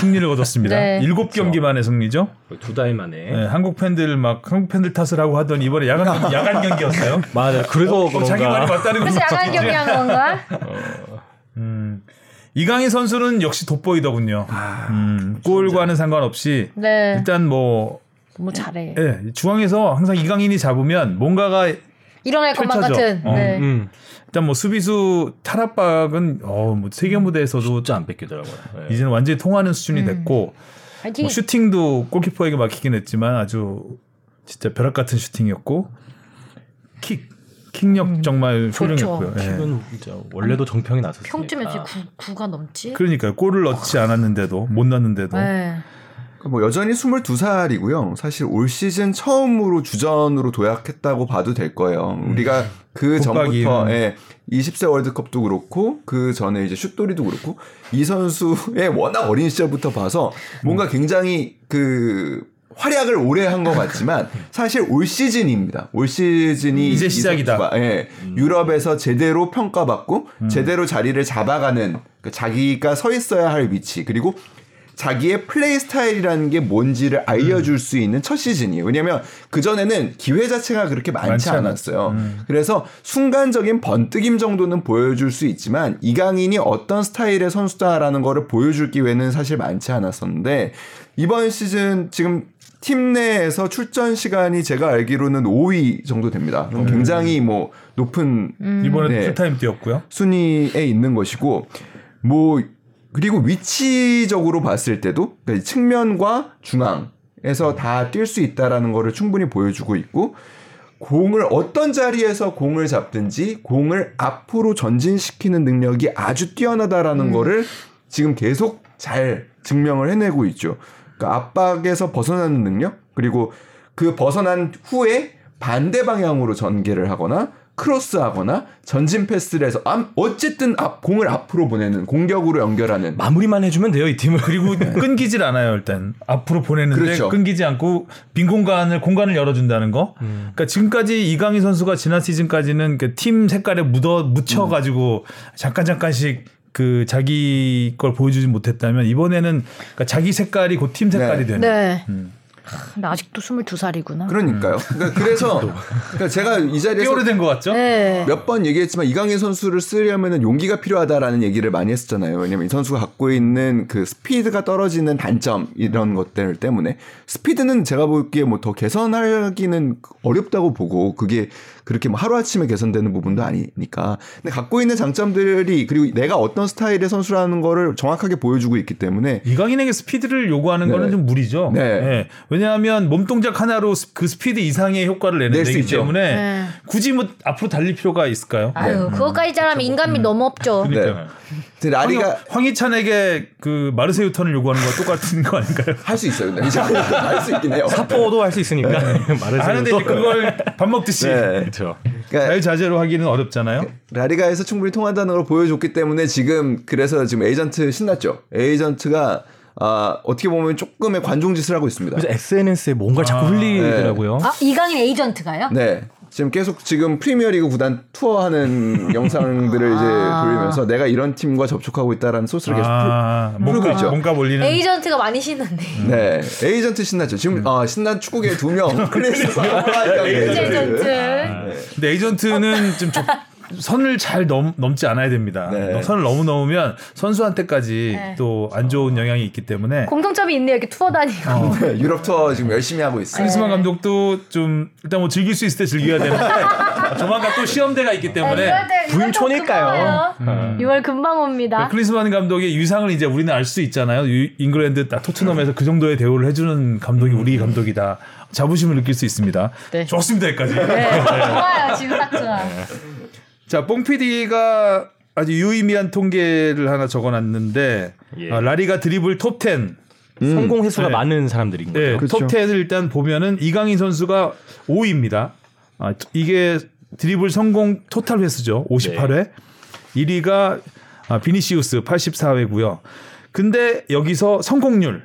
승리를 거뒀습니다. 네. 일곱 경기 만의 승리죠. 그 두 달 만에 예, 한국 팬들 막 한국 팬들 탓을 하고 하더니 이번에 야간 야간 경기였어요. 맞아 그래서 어, 그런가 자기 말이 맞다는 그래서 거죠. 야간 경기한 건가? 음. 이강인 선수는 역시 돋보이더군요. 아, 음, 골과는 상관없이 네. 일단 뭐 너무 잘해. 예, 중앙에서 항상 이강인이 잡으면 뭔가가 일단 일어날 것만 펼쳐져. 같은. 어. 네. 음, 뭐 수비수 탈압박은 어뭐 세계 무대에서도 진짜 안 뺏기더라고요. 예. 이제는 완전히 통하는 수준이 음. 됐고 파이팅. 뭐 슈팅도 골키퍼에게 막히긴 했지만 아주 진짜 벼락 같은 슈팅이었고 킥 킥력 정말 음. 좋죠. 훌륭했고요. 예. 이건 진짜 원래도 정평이 났었어요. 평점이 어떻게 9, 가 넘지? 그러니까 어. 골을 넣지 않았는데도 못 넣는데도 네. 뭐 여전히 22살이고요. 사실 올 시즌 처음으로 주전으로 도약했다고 봐도 될 거예요. 음. 우리가 그 국박이 전부터 있는. 예, 20세 월드컵도 그렇고 그 전에 이제 슛돌이도 그렇고 이 선수의 워낙 어린 시절부터 봐서 뭔가 굉장히 그 활약을 오래 한 것 같지만 사실 올 시즌입니다. 올 시즌이 이제 이 시작이다. 선수가, 예, 음. 유럽에서 제대로 평가받고 제대로 자리를 잡아가는 그 자기가 서 있어야 할 위치 그리고 자기의 플레이 스타일이라는 게 뭔지를 음. 알려줄 수 있는 첫 시즌이에요. 왜냐하면 그 전에는 기회 자체가 그렇게 많지, 많지 않았- 않았어요. 그래서 순간적인 번뜩임 정도는 보여줄 수 있지만 이강인이 어떤 스타일의 선수다라는 거를 보여줄 기회는 사실 많지 않았었는데 이번 시즌 지금 팀 내에서 출전 시간이 제가 알기로는 5위 정도 됩니다. 그럼 굉장히 뭐 높은 음. 이번에 네. 풀타임 뛰었고요. 순위에 있는 것이고 뭐 그리고 위치적으로 봤을 때도 그러니까 이 측면과 중앙에서 다 뛸 수 있다라는 거를 충분히 보여주고 있고 공을 어떤 자리에서 공을 잡든지 공을 앞으로 전진시키는 능력이 아주 뛰어나다라는 거를 지금 계속 잘 증명을 해내고 있죠. 그러니까 압박에서 벗어나는 능력 그리고 그 벗어난 후에 반대 방향으로 전개를 하거나 크로스하거나 전진 패스를 해서 암- 어쨌든 앞 공을 앞으로 보내는 공격으로 연결하는 마무리만 해주면 돼요 이 팀을 그리고 끊기질 않아요 일단 앞으로 보내는데 그렇죠. 끊기지 않고 빈 공간을 공간을 열어준다는 거. 그러니까 지금까지 이강인 선수가 지난 시즌까지는 그팀 색깔에 묻어 묻혀가지고 잠깐 잠깐씩 그 자기 걸 보여주지 못했다면 이번에는 그러니까 자기 색깔이 곧 팀 색깔이 네. 되는. 네. 하, 근데 아직도 22살이구나. 그러니까요. 그러니까 그래서 그러니까 제가 이 꽤 자리에서 오래된 것 같죠? 네. 몇 번 얘기했지만 이강인 선수를 쓰려면 용기가 필요하다라는 얘기를 많이 했었잖아요. 왜냐면 이 선수가 갖고 있는 그 스피드가 떨어지는 단점 이런 것들 때문에 스피드는 제가 보기에 뭐 더 개선하기는 어렵다고 보고 그게 그렇게 뭐 하루아침에 개선되는 부분도 아니니까. 근데 갖고 있는 장점들이 그리고 내가 어떤 스타일의 선수라는 거를 정확하게 보여주고 있기 때문에 이강인에게 스피드를 요구하는 네. 거는 좀 무리죠. 네. 예. 왜냐하면 몸 동작 하나로 스- 그 스피드 이상의 효과를 내는 낼수 데기 있죠. 때문에 네. 굳이 뭐 앞으로 달릴 필요가 있을까요? 아유, 그것까지 잘하면 인간미 너무 없죠. 네. 근데 라리가 그러니까 황, 희찬에게그 마르세유 턴을 요구하는 거와 똑같은 거 아닌가요? 할 수 있어요. 근데 할수 있긴 해요. 사포도 할 수 있으니까 말해서 네. 하는데 이제 그걸 밥 먹듯이 네. 그렇죠. 그러니까 자유자재로 하기는 어렵잖아요. 라리가에서 충분히 통한다는 걸 보여줬기 때문에 지금 그래서 지금 에이전트 신났죠. 에이전트가 아, 어떻게 보면 조금의 관종짓을 하고 있습니다. 그래서 SNS에 뭔가 자꾸 흘리더라고요. 아, 이강인 에이전트가요? 네. 지금 계속 지금 프리미어리그 구단 투어하는 영상들을 이제 돌리면서 내가 이런 팀과 접촉하고 있다라는 소스를 계속 아, 풀고 몸값, 있죠. 몸값 올리는. 네. 에이전트가 많이 신났네. 풀- 네. 에이전트 신났죠. 지금 아, 신난 축구계 두명 네. 클래스 에이전트. 네. 근데 에이전트는 좀 적, 선을 잘 넘, 넘지 않아야 됩니다. 네. 선을 너무 넘으면 선수한테까지 네. 또 안 좋은 영향이 있기 때문에 공통점이 있네요. 이렇게 투어 다니고. 어, 네, 유럽 투어 지금 열심히 하고 있어요. 크리스마 네. 감독도 좀 일단 뭐 즐길 수 있을 때 즐겨야 되는데 조만간 또 시험대가 있기 네, 때문에 분초니까요. 음. 6월 금방 옵니다. 크리스만 네, 감독의 유상을 이제 우리는 알 수 있잖아요. 유- 잉글랜드 딱 토트넘에서 그 정도의 대우를 해주는 감독이 우리 감독이다. 자부심을 느낄 수 있습니다. 음. 네. 좋습니다 여기까지. 좋아요. 지금 딱 좋아. 자, 뽕 PD가 아주 유의미한 통계를 하나 적어놨는데 예. 아, 라리가 드리블 톱 10. 성공 횟수가 네. 많은 사람들인 예. 거죠. 네, 톱 10을 일단 보면은 이강인 선수가 5위입니다. 아, 이게 드리블 성공 토탈 횟수죠. 58회. 네. 1위가 아, 비니시우스 84회고요. 근데 여기서 성공률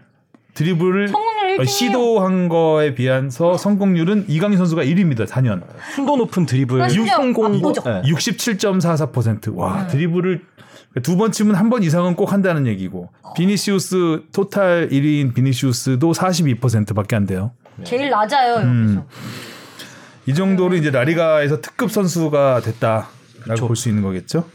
드리블을 성공률 일등이에요. 시도한 거에 비해서 성공률은 이강인 선수가 1위입니다. 4년. 순도 높은 드리블 심지어 6성공 네. 압도적. 67.44%. 와, 네. 드리블을 두 번 치면 한 번 이상은 꼭 한다는 얘기고. 비니시우스 토탈 1위인 비니시우스도 42%밖에 안 돼요. 제일 낮아요. 여기서. 이 정도로 이제 라리가에서 특급 선수가 됐다라고 볼 수 있는 거겠죠.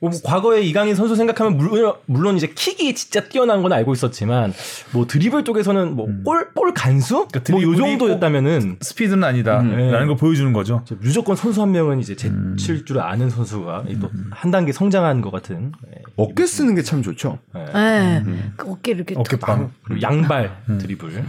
뭐, 과거에 이강인 선수 생각하면 물론, 물론 이제 킥이 진짜 뛰어난 건 알고 있었지만 뭐 드리블 쪽에서는 음. 뭐골볼 간수 뭐 요 드리블이 정도였다면은 스피드는 아니다라는 음. 네. 걸 보여주는 거죠. 이제 무조건 선수 한 명은 이제 음. 제칠 줄 아는 선수가 또 한 단계 성장한 것 같은 예. 어깨 쓰는 게 참 좋죠. 네. 그 어깨를 이렇게 아. 어깨빵. 그리고 양발 음. 드리블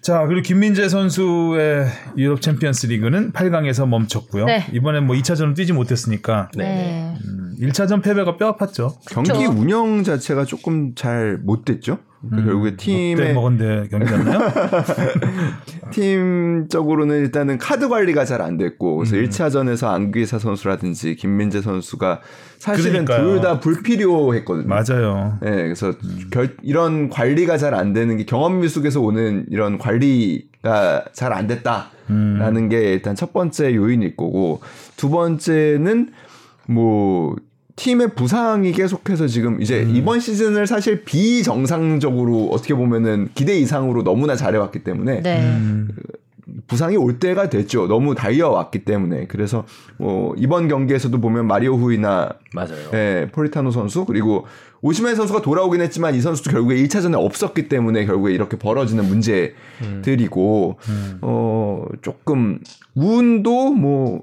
자, 그리고 김민재 선수의 유럽 챔피언스 리그는 8강에서 멈췄고요. 네. 이번에 뭐 2차전은 뛰지 못했으니까 음, 네. 1차전 패배가 뼈 아팠죠. 경기 그쵸. 운영 자체가 조금 잘 못 됐죠. 그러니까 결국에 그때 팀의 네, 먹은데 경기 났나요? 팀적으로는 일단은 카드 관리가 잘 안 됐고 그래서 음. 1차전에서 안기사 선수라든지 김민재 선수가 사실은 둘 그러니까요. 다 불필요했거든요. 맞아요. 음. 예, 그래서 결, 이런 관리가 잘 안 되는 게 경험 미숙에서 오는 이런 관리가 잘 안 됐다라는 음. 게 일단 첫 번째 요인일 거고 두 번째는 뭐 팀의 부상이 계속해서 지금 이제 음. 이번 시즌을 사실 비정상적으로 어떻게 보면은 기대 이상으로 너무나 잘해왔기 때문에 네. 부상이 올 때가 됐죠. 너무 달려왔기 때문에 그래서 뭐 이번 경기에서도 보면 마리오 후이나 맞아요. 예, 폴리타노 선수 그리고 오시멘 선수가 돌아오긴 했지만 이 선수도 결국에 1차전에 없었기 때문에 결국에 이렇게 벌어지는 문제들이고 음. 어 조금 운도 뭐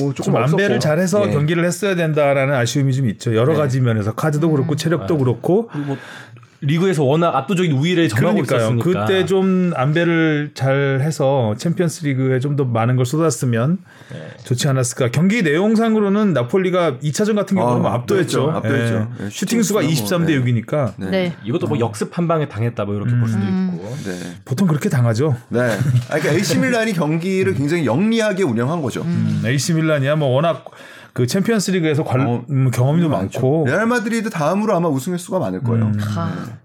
뭐 조금 좀 안배를 없었고. 잘해서 예. 네. 경기를 했어야 된다라는 아쉬움이 좀 있죠. 여러 가지 면에서 카드도 그렇고 음. 체력도 그렇고 그리고 뭐 리그에서 워낙 압도적인 우위를 점하고 그러니까요. 있었으니까 그때 좀 안배를 잘해서 챔피언스리그에 좀 더 많은 걸 쏟았으면 네. 좋지 않았을까. 경기 내용상으로는 나폴리가 2차전 같은 경우는 아, 압도했죠. 압도했죠. 압도했죠. 예. 예, 슈팅 수가 뭐, 23대 네. 6이니까 네. 네. 이것도 어. 뭐 역습 한 방에 당했다 뭐 이렇게 볼 수도 음. 있고 네. 보통 그렇게 당하죠. 네. 아, 그러니까 AC 밀란이 경기를 굉장히 영리하게 운영한 거죠. 음, AC 밀란이야 뭐 워낙 그 챔피언스리그에서 관- 네. 어, 네. 음, 경험도 많고 음. 레알 마드리드 다음으로 아마 우승 횟수가 많을 거예요. 아,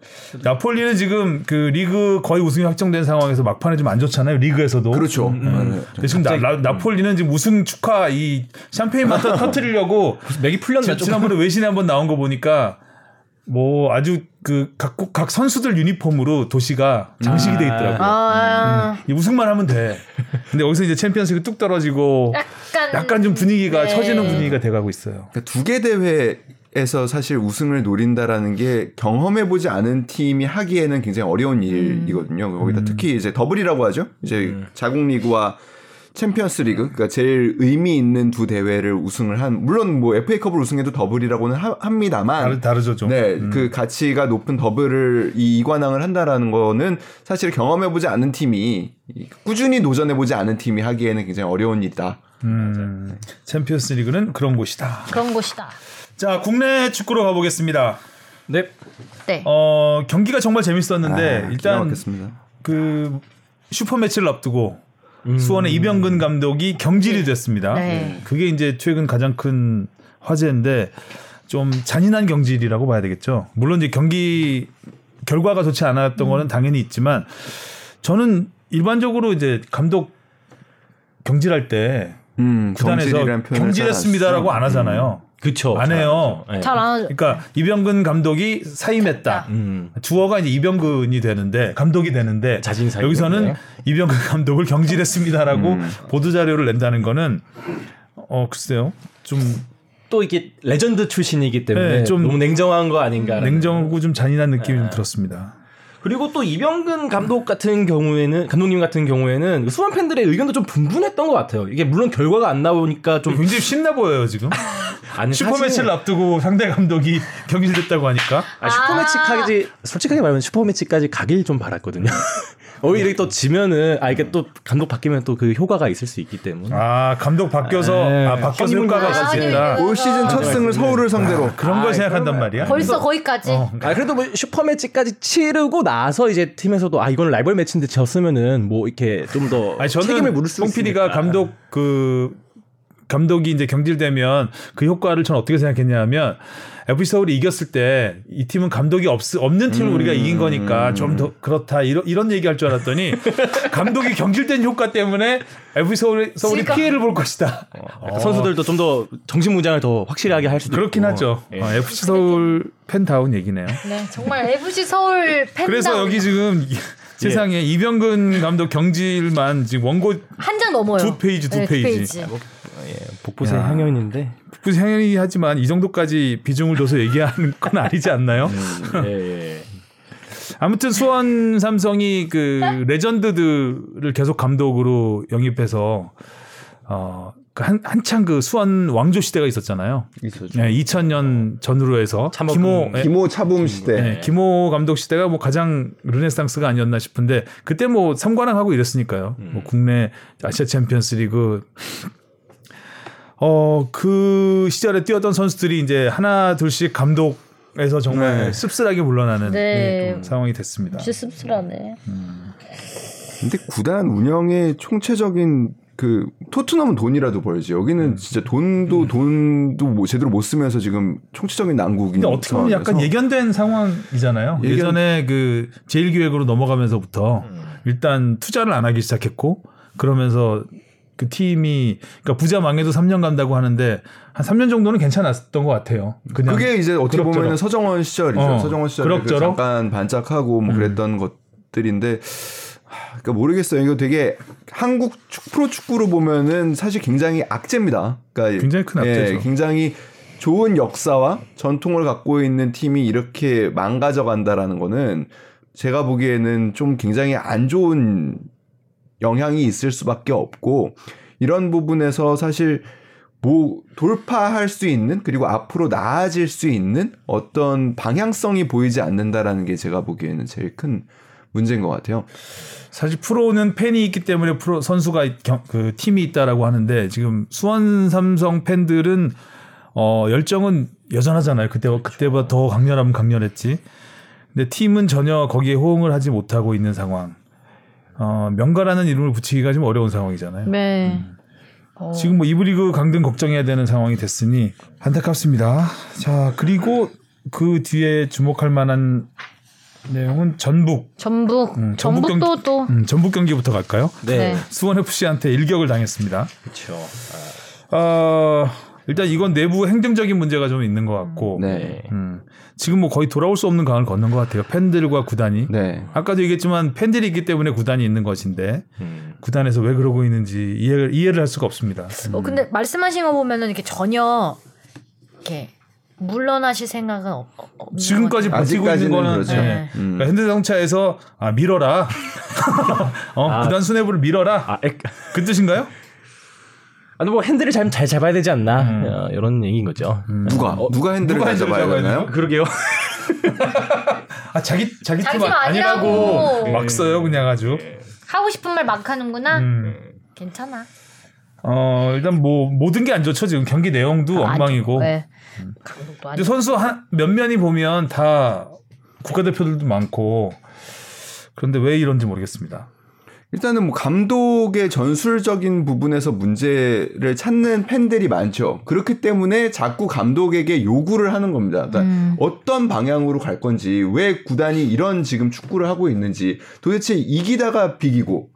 나폴리는 지금 그 리그 거의 우승이 확정된 상황에서 막판에 좀 안 좋잖아요. 리그에서도. 그렇죠. 근데 지금 나, 나, 폴리는 지금 우승 축하 이 샴페인 마터 터트리려고 맥이 풀렸나 지- 조금 지난번에 외신에 한번 나온 거 보니까 뭐 아주 그 각국 각 선수들 유니폼으로 도시가 장식이 돼 있더라고요. 아, 이 우승만 하면 돼. 근데 여기서 이제 챔피언스가 뚝 떨어지고 약간 약간 좀 분위기가 네. 처지는 분위기가 돼가고 있어요. 그러니까 두 개 대회에서 사실 우승을 노린다라는 게 경험해 보지 않은 팀이 하기에는 굉장히 음. 어려운 일이거든요. 거기다 특히 이제 더블이라고 하죠. 이제 음. 자국 리그와 챔피언스 리그, 그러니까 제일 의미 있는 두 대회를 우승을 한 물론 뭐 FA컵을 우승해도 더블이라고는 하- 합니다만 다르, 음. 다르죠 좀. 네, 그 가치가 높은 더블을 이 이관왕을 한다라는 거는 사실 경험해보지 않은 팀이 꾸준히 도전해보지 않은 팀이 하기에는 굉장히 어려운 일이다. 음, 챔피언스 리그는 그런 곳이다. 그런 곳이다. 자 국내 축구로 가보겠습니다. 네. 네. 어 경기가 정말 재밌었는데 아, 네, 기가 일단 막혔습니다. 그 슈퍼 매치를 앞두고 음. 수원의 이병근 감독이 경질이 됐습니다. 네. 그게 이제 최근 가장 큰 화제인데 좀 잔인한 경질이라고 봐야 되겠죠. 물론 이제 경기 결과가 좋지 않았던 음. 거는 당연히 있지만 저는 일반적으로 이제 감독 경질할 때 음, 구단에서 경질이라는 표현을 경질했습니다라고 잘 안 안 쓰죠. 하잖아요. 음. 그쵸 안 해요. 네. 잘 안 하죠. 그러니까 이병근 감독이 사임했다. 음. 주어가 이제 이병근이 되는데 감독이 되는데 자진 사임. 여기서는 네. 음. 이병근 감독을 경질했습니다라고 보도 자료를 낸다는 거는 어 글쎄요. 좀 또 이게 레전드 출신이기 때문에 네, 좀 너무 냉정한 거 아닌가. 냉정하고 좀 잔인한 느낌이 네. 좀 들었습니다. 그리고 또 이병근 감독 같은 경우에는 감독님 같은 경우에는 수원 팬들의 의견도 좀 분분했던 것 같아요. 이게 물론 결과가 안 나오니까 좀 굉장히 신나 보여요 지금. 아니, 네, 사실- 음. 슈퍼매치를 앞두고 상대 감독이 경질됐다고 하니까. 아, 슈퍼매치까지 솔직하게 말하면 슈퍼매치까지 가길 좀 바랐거든요. 오히려 또 지면은 아 이게 또 감독 바뀌면 또 그 효과가 있을 수 있기 때문에 아 감독 바뀌어서 네. 아 바뀌어서 효과가 허니문 뭐 있을 수 있다. 올 시즌 첫 승을 서울을 상대로 아, 네. 그런 걸 생각한단 말이야. 벌써 거기까지. 어, 아 그래도 뭐 슈퍼매치까지 치르고 나서 이제 팀에서도 아 이건 라이벌 매치인데 졌으면은 뭐 이렇게 좀 더 아니 저는 책임을 물을 수 뽕 PD가 있으니까. 감독 그 감독이 이제 경질되면 그 효과를 저는 어떻게 생각했냐면 FC 서울이 이겼을 때 이 팀은 감독이 없 없는 팀을 음. 우리가 이긴 거니까 좀 더 그렇다 이런 이런 얘기할 줄 알았더니 감독이 경질된 효과 때문에 FC 서울이, 서울이 피해를 볼 것이다. 약간 선수들도 좀 더 정신 무장을 더 확실하게 할 수도 그렇긴 있고. 하죠. 예. 아, FC 서울 팬다운 얘기네요. 네, 정말 FC 서울 팬 그래서 여기 지금 예. 이- 세상에 이병근 감독 경질만 지금 원고 한장 넘어요. 두 페이지, 두 네, 페이지. 아, 예, 복부세 향연인데 그 생각이 하지만 이 정도까지 비중을 둬서 얘기하는 건 아니지 않나요? 예, 예. 아무튼 수원 삼성이 그 레전드들을 계속 감독으로 영입해서 어, 그 한, 한창 그 수원 왕조 시대가 있었잖아요. 네, 2000년 전후로 해서 참호금. 김호 예, 김호 차붐 시대 네, 김호 감독 시대가 뭐 가장 르네상스가 아니었나 싶은데 그때 뭐 삼관왕 하고 이랬으니까요. 뭐 국내 아시아 챔피언스리그 어, 어그 시절에 뛰었던 선수들이 이제 하나 둘씩 감독에서 정말 네. 씁쓸하게 물러나는 네. 네, 상황이 됐습니다. 진짜 씁쓸하네. 음. 근데 구단 운영의 총체적인 그 토트넘은 돈이라도 벌지 음. 여기는 진짜 돈도 돈도 뭐 제대로 못 쓰면서 지금 총체적인 난국인 근데 어떻게 보면 약간 상황에서 예견된 상황이잖아요. 예견- 예전에 그 제1기획으로 넘어가면서부터 일단 투자를 안 하기 시작했고 그러면서 그 팀이 그러니까 부자 망해도 3년 간다고 하는데 한 3년 정도는 괜찮았던 것 같아요. 그냥 그게 이제 어떻게 그럭저럭. 보면 서정원 시절이죠. 어, 서정원 시절에 그 그럭저럭. 음. 잠깐 반짝하고 뭐 그랬던 것들인데 하, 그러니까 모르겠어요. 이거 되게 한국 축- 프로 축구로 보면은 사실 굉장히 악재입니다. 그러니까 굉장히 큰 악재죠. 예, 굉장히 좋은 역사와 전통을 갖고 있는 팀이 이렇게 망가져 간다라는 거는 제가 보기에는 좀 굉장히 안 좋은 영향이 있을 수밖에 없고 이런 부분에서 사실 뭐 돌파할 수 있는 그리고 앞으로 나아질 수 있는 어떤 방향성이 보이지 않는다라는 게 제가 보기에는 제일 큰 문제인 것 같아요. 사실 프로는 팬이 있기 때문에 프로 선수가 있- 경- 그 팀이 있다라고 하는데 지금 수원 삼성 팬들은 어 열정은 여전하잖아요. 그때 그렇죠. 그때보다 더 강렬하면 강렬했지. 근데 팀은 전혀 거기에 호응을 하지 못하고 있는 상황. 어 명가라는 이름을 붙이기가 좀 어려운 상황이잖아요. 네. 지금 뭐 이브리그 강등 걱정해야 되는 상황이 됐으니 안타깝습니다. 자 그리고 그 뒤에 주목할 만한 내용은 전북. 전북. 음, 전북 전북도 경기- 또. 음, 전북 경기부터 갈까요? 네. 수원 FC한테 일격을 당했습니다. 그렇죠. 어, 일단 이건 내부 행정적인 문제가 좀 있는 것 같고, 네. 음, 지금 뭐 거의 돌아올 수 없는 강을 걷는 것 같아요. 팬들과 구단이. 네. 아까도 얘기했지만 팬들이 있기 때문에 구단이 있는 것인데 음. 구단에서 왜 그러고 있는지 이해를 이해를 할 수가 없습니다. 어, 근데 말씀하신 거 보면은 이렇게 전혀 이렇게 물러나실 생각은 없, 없- 없는 지금까지 것 같아요. 버티고 있는 아직까지는 거는 그렇죠. 예. 음. 그러니까 현대자동차에서 아 밀어라, 어, 아. 구단 수뇌부를 밀어라 아, 액, 그 뜻인가요? 아니 뭐 핸들을 잘, 잘 잡아야 되지 않나 어, 이런 얘기인 거죠. 누가 누가 핸들을 음. 어, 누가 핸들을 가져봐야 잡아야 네, 되나요? 네, 되나요? 그러게요. 아 자기 자기 자기 팀 팀 아니라고. 아니라고 네. 막 써요 그냥 아주. 하고 싶은 말 막 하는구나. 음. 괜찮아. 어 일단 뭐 모든 게 안 좋죠 지금 경기 내용도 엉망이고 음. 네. 강동도 아니. 근데 선수 한 몇 면이 보면 다 국가대표들도 많고 그런데 왜 이런지 모르겠습니다. 일단은 뭐 감독의 전술적인 부분에서 문제를 찾는 팬들이 많죠. 그렇기 때문에 자꾸 감독에게 요구를 하는 겁니다. 그러니까 음. 어떤 방향으로 갈 건지, 왜 구단이 이런 지금 축구를 하고 있는지, 도대체 이기다가 비기고,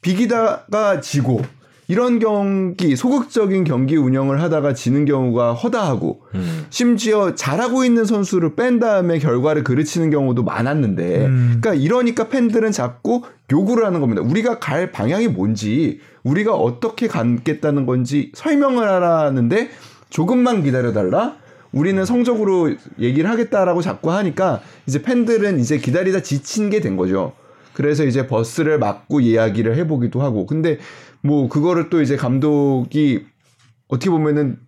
비기다가 지고, 이런 경기 소극적인 경기 운영을 하다가 지는 경우가 허다하고 심지어 잘하고 있는 선수를 뺀 다음에 결과를 그르치는 경우도 많았는데 음. 그러니까 이러니까 팬들은 자꾸 요구를 하는 겁니다. 우리가 갈 방향이 뭔지 우리가 어떻게 가겠다는 건지 설명을 하라는데 조금만 기다려달라. 우리는 성적으로 얘기를 하겠다라고 자꾸 하니까 이제 팬들은 이제 기다리다 지친 게 된 거죠. 그래서 이제 버스를 막고 이야기를 해보기도 하고. 근데 뭐 그거를 또 이제 감독이 어떻게 보면은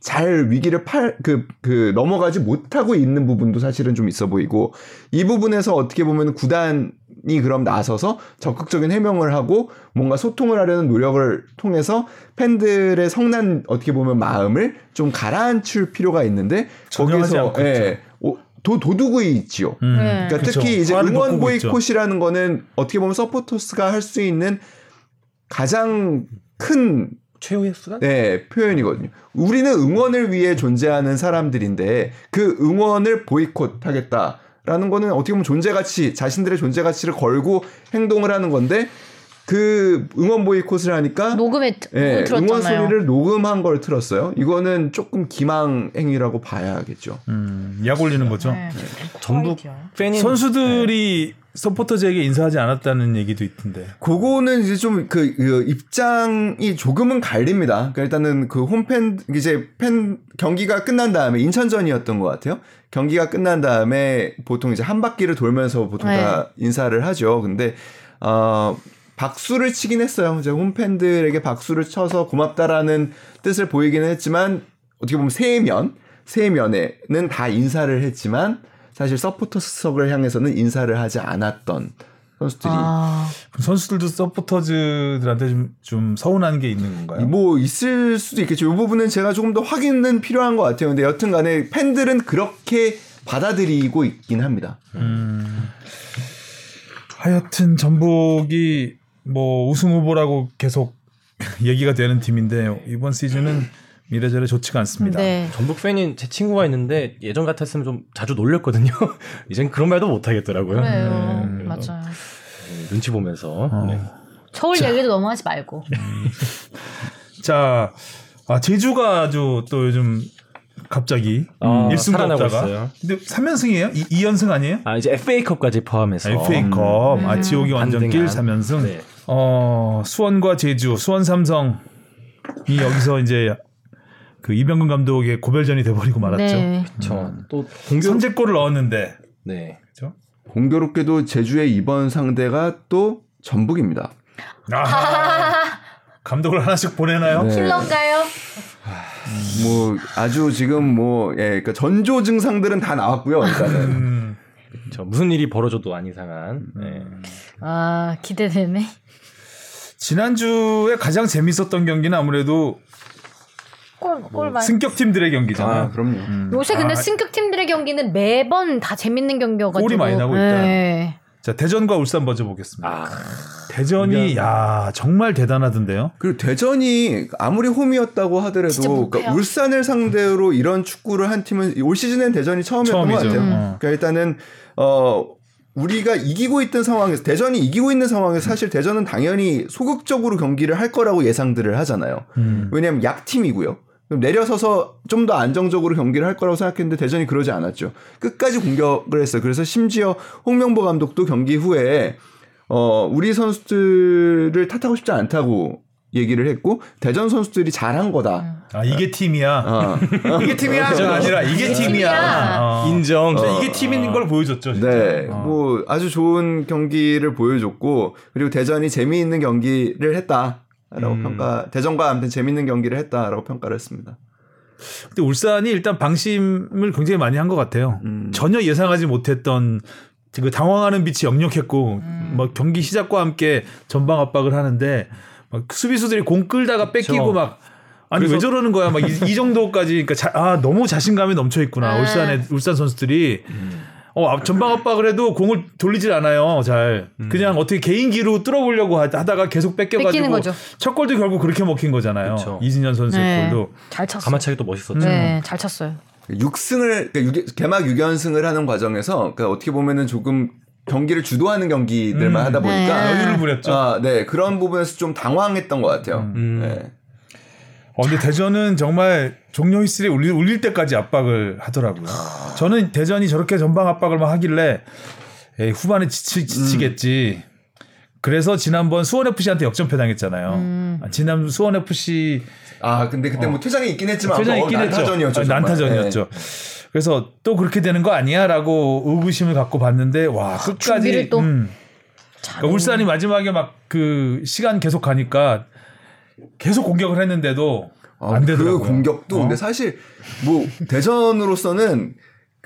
잘 위기를 팔, 그, 그, 넘어가지 못하고 있는 부분도 사실은 좀 있어 보이고, 이 부분에서 어떻게 보면 구단이 그럼 나서서 적극적인 해명을 하고, 뭔가 소통을 하려는 노력을 통해서 팬들의 성난, 어떻게 보면 마음을 좀 가라앉힐 필요가 있는데, 적용하지 않고 예, 오- 도, 도둑이 있지요. 음. 네. 그러니까 그쵸. 특히 이제 화를 응원 돋구고 있죠. 보이콧이라는 거는 어떻게 보면 서포터스가 할 수 있는 가장 큰 최후의 수단? 네, 표현이거든요. 우리는 응원을 위해 존재하는 사람들인데 그 응원을 보이콧하겠다. 라는 거는 어떻게 보면 존재 가치, 자신들의 존재 가치를 걸고 행동을 하는 건데 그 응원 보이콧을 하니까 녹음에 트- 예, 응원 들었잖아요. 소리를 녹음한 걸 틀었어요. 이거는 조금 기망 행위라고 봐야겠죠. 음, 약 올리는 거죠. 네. 전북 팬인 선수들이 서포터즈에게 인사하지 않았다는 얘기도 있던데. 그거는 이제 좀 그 입장이 조금은 갈립니다. 그러니까 일단은 그 홈팬 이제 팬 경기가 끝난 다음에 인천전이었던 것 같아요. 경기가 끝난 다음에 보통 이제 한 바퀴를 돌면서 보통 다 인사를 하죠. 근데 어 박수를 치긴 했어요. 이제 홈팬들에게 박수를 쳐서 고맙다라는 뜻을 보이기는 했지만 어떻게 보면 세면 세면에는 다 인사를 했지만 사실 서포터석을 향해서는 인사를 하지 않았던 선수들이 그럼 선수들도 서포터즈들한테 좀, 좀 서운한 게 있는 건가요? 뭐 있을 수도 있겠죠. 이 부분은 제가 조금 더 확인은 필요한 것 같아요. 근데 여튼간에 팬들은 그렇게 받아들이고 있긴 합니다. 음. 하여튼 전북이 뭐 우승 후보라고 계속 얘기가 되는 팀인데 이번 시즌은 미래절에 좋지가 않습니다. 네. 전북 팬인 제 친구가 있는데 예전 같았으면 좀 자주 놀렸거든요. 이젠 그런 말도 못 하겠더라고요. 그래요. 음. 네, 그래서 맞아요. 눈치 보면서. 어. 네. 서울 얘기도 너무 하지 말고. 자, 아, 제주가 아주 또 요즘 갑자기 아, 일 1승도 살아나고 없다가 있어요. 근데 3연승이에요? 2, 연승 아니에요? 아 이제 FA컵까지 포함해서 음. FA컵 아 지옥이 완전 길 반등한. 3연승. 네. 어, 수원과 제주, 수원 삼성이 여기서 이제 그 이병근 감독의 고별전이 돼 버리고 말았죠. 네. 음. 저또 선제골을 넣었는데 네. 그렇죠? 공교롭게도 제주의 이번 상대가 또 전북입니다. 아, 감독을 하나씩 보내나요? 네. 킬러인가요? 뭐 아주 지금 뭐 예, 그러니까 전조 증상들은 다 나왔고요. 일단은 음, 저 무슨 일이 벌어져도 안 이상한. 네. 음. 아 기대되네. 지난주에 가장 재밌었던 경기는 아무래도 골 골만. 승격팀들의 음. 경기잖아요. 아 그럼요. 요새 근데 아, 승격 팀들의 경기는 매번 다 재밌는 경기여가지고 골이 많이 나고 있다. 네. 자, 대전과 울산 먼저 보겠습니다. 아 대전이 야, 정말 대단하던데요. 그리고 대전이 아무리 홈이었다고 진짜 하더라도 못해요. 그러니까 울산을 상대로 이런 축구를 한 팀은 올 시즌엔 대전이 처음이었던 네, 것 처음이죠. 같아요. 음. 그러니까 일단은 어 우리가 이기고 있던 상황에서 대전이 이기고 있는 상황에서 사실 대전은 당연히 소극적으로 경기를 할 거라고 예상들을 하잖아요. 음. 왜냐하면 약팀이고요. 그럼 내려서서 좀 더 안정적으로 경기를 할 거라고 생각했는데 대전이 그러지 않았죠. 끝까지 공격을 했어요. 그래서 심지어 홍명보 감독도 경기 후에 어, 우리 선수들을 탓하고 싶지 않다고 얘기를 했고 대전 선수들이 잘한 거다. 아, 이게 팀이야. 어. 이게 팀이야가 아니라 이게 팀이야. 어. 인정. 진짜 이게 팀인 걸 보여줬죠. 진짜. 네, 어. 뭐 아주 좋은 경기를 보여줬고 그리고 대전이 재미있는 경기를 했다라고 음. 평가. 대전과 아무튼 재미있는 경기를 했다라고 평가를 했습니다. 근데 울산이 일단 방심을 굉장히 많이 한 것 같아요. 음. 전혀 예상하지 못했던 그 당황하는 빛이 역력했고 음. 막 경기 시작과 함께 전방 압박을 하는데 막 수비수들이 공 끌다가 뺏기고 그쵸. 막 아니 왜 저러는 거야 막 이 정도까지 그러니까 자- 아 너무 자신감이 넘쳐 있구나 네. 울산의 울산 선수들이 음. 어 앞- 전방 압박을 해도 공을 돌리질 않아요 잘 음. 그냥 어떻게 개인기로 뚫어보려고 하- 하다가 계속 뺏기는 뺏겨가지고 거죠. 첫 골도 결국 그렇게 먹힌 거잖아요 그쵸. 이진현 선수의 네. 골도 음. 잘 쳤어. 가마차기 도 멋있었죠. 네, 잘 쳤어요. 육승을 그러니까 육- 개막 6연승을 하는 과정에서 그러니까 어떻게 보면은 조금 경기를 주도하는 경기들만 음. 하다 보니까 네. 여유를 부렸죠. 아, 네 그런 부분에서 좀 당황했던 것 같아요. 음. 네. 어, 근데 대전은 정말 종료 휘슬이 울릴, 울릴 때까지 압박을 하더라고요. 저는 대전이 저렇게 전방 압박을 막 하길래 에이, 후반에 지치, 지치겠지. 그래서 지난번 수원 FC한테 역전패 당했잖아요. 음. 아, 지난 수원 FC 아 근데 그때 뭐 퇴장이 있긴 했지만 어. 퇴장 아무튼 있긴 어, 했죠. 난타전이었죠. 아, 정말. 예. 난타전이었죠. 그래서 또 그렇게 되는 거 아니야라고 의구심을 갖고 봤는데 와 끝까지 아, 준비를 또 음. 그러니까 울산이 마지막에 막 그 시간 계속 가니까 계속 공격을 했는데도 아, 안 되더라고요. 그 공격도 어. 근데 사실 뭐 대전으로서는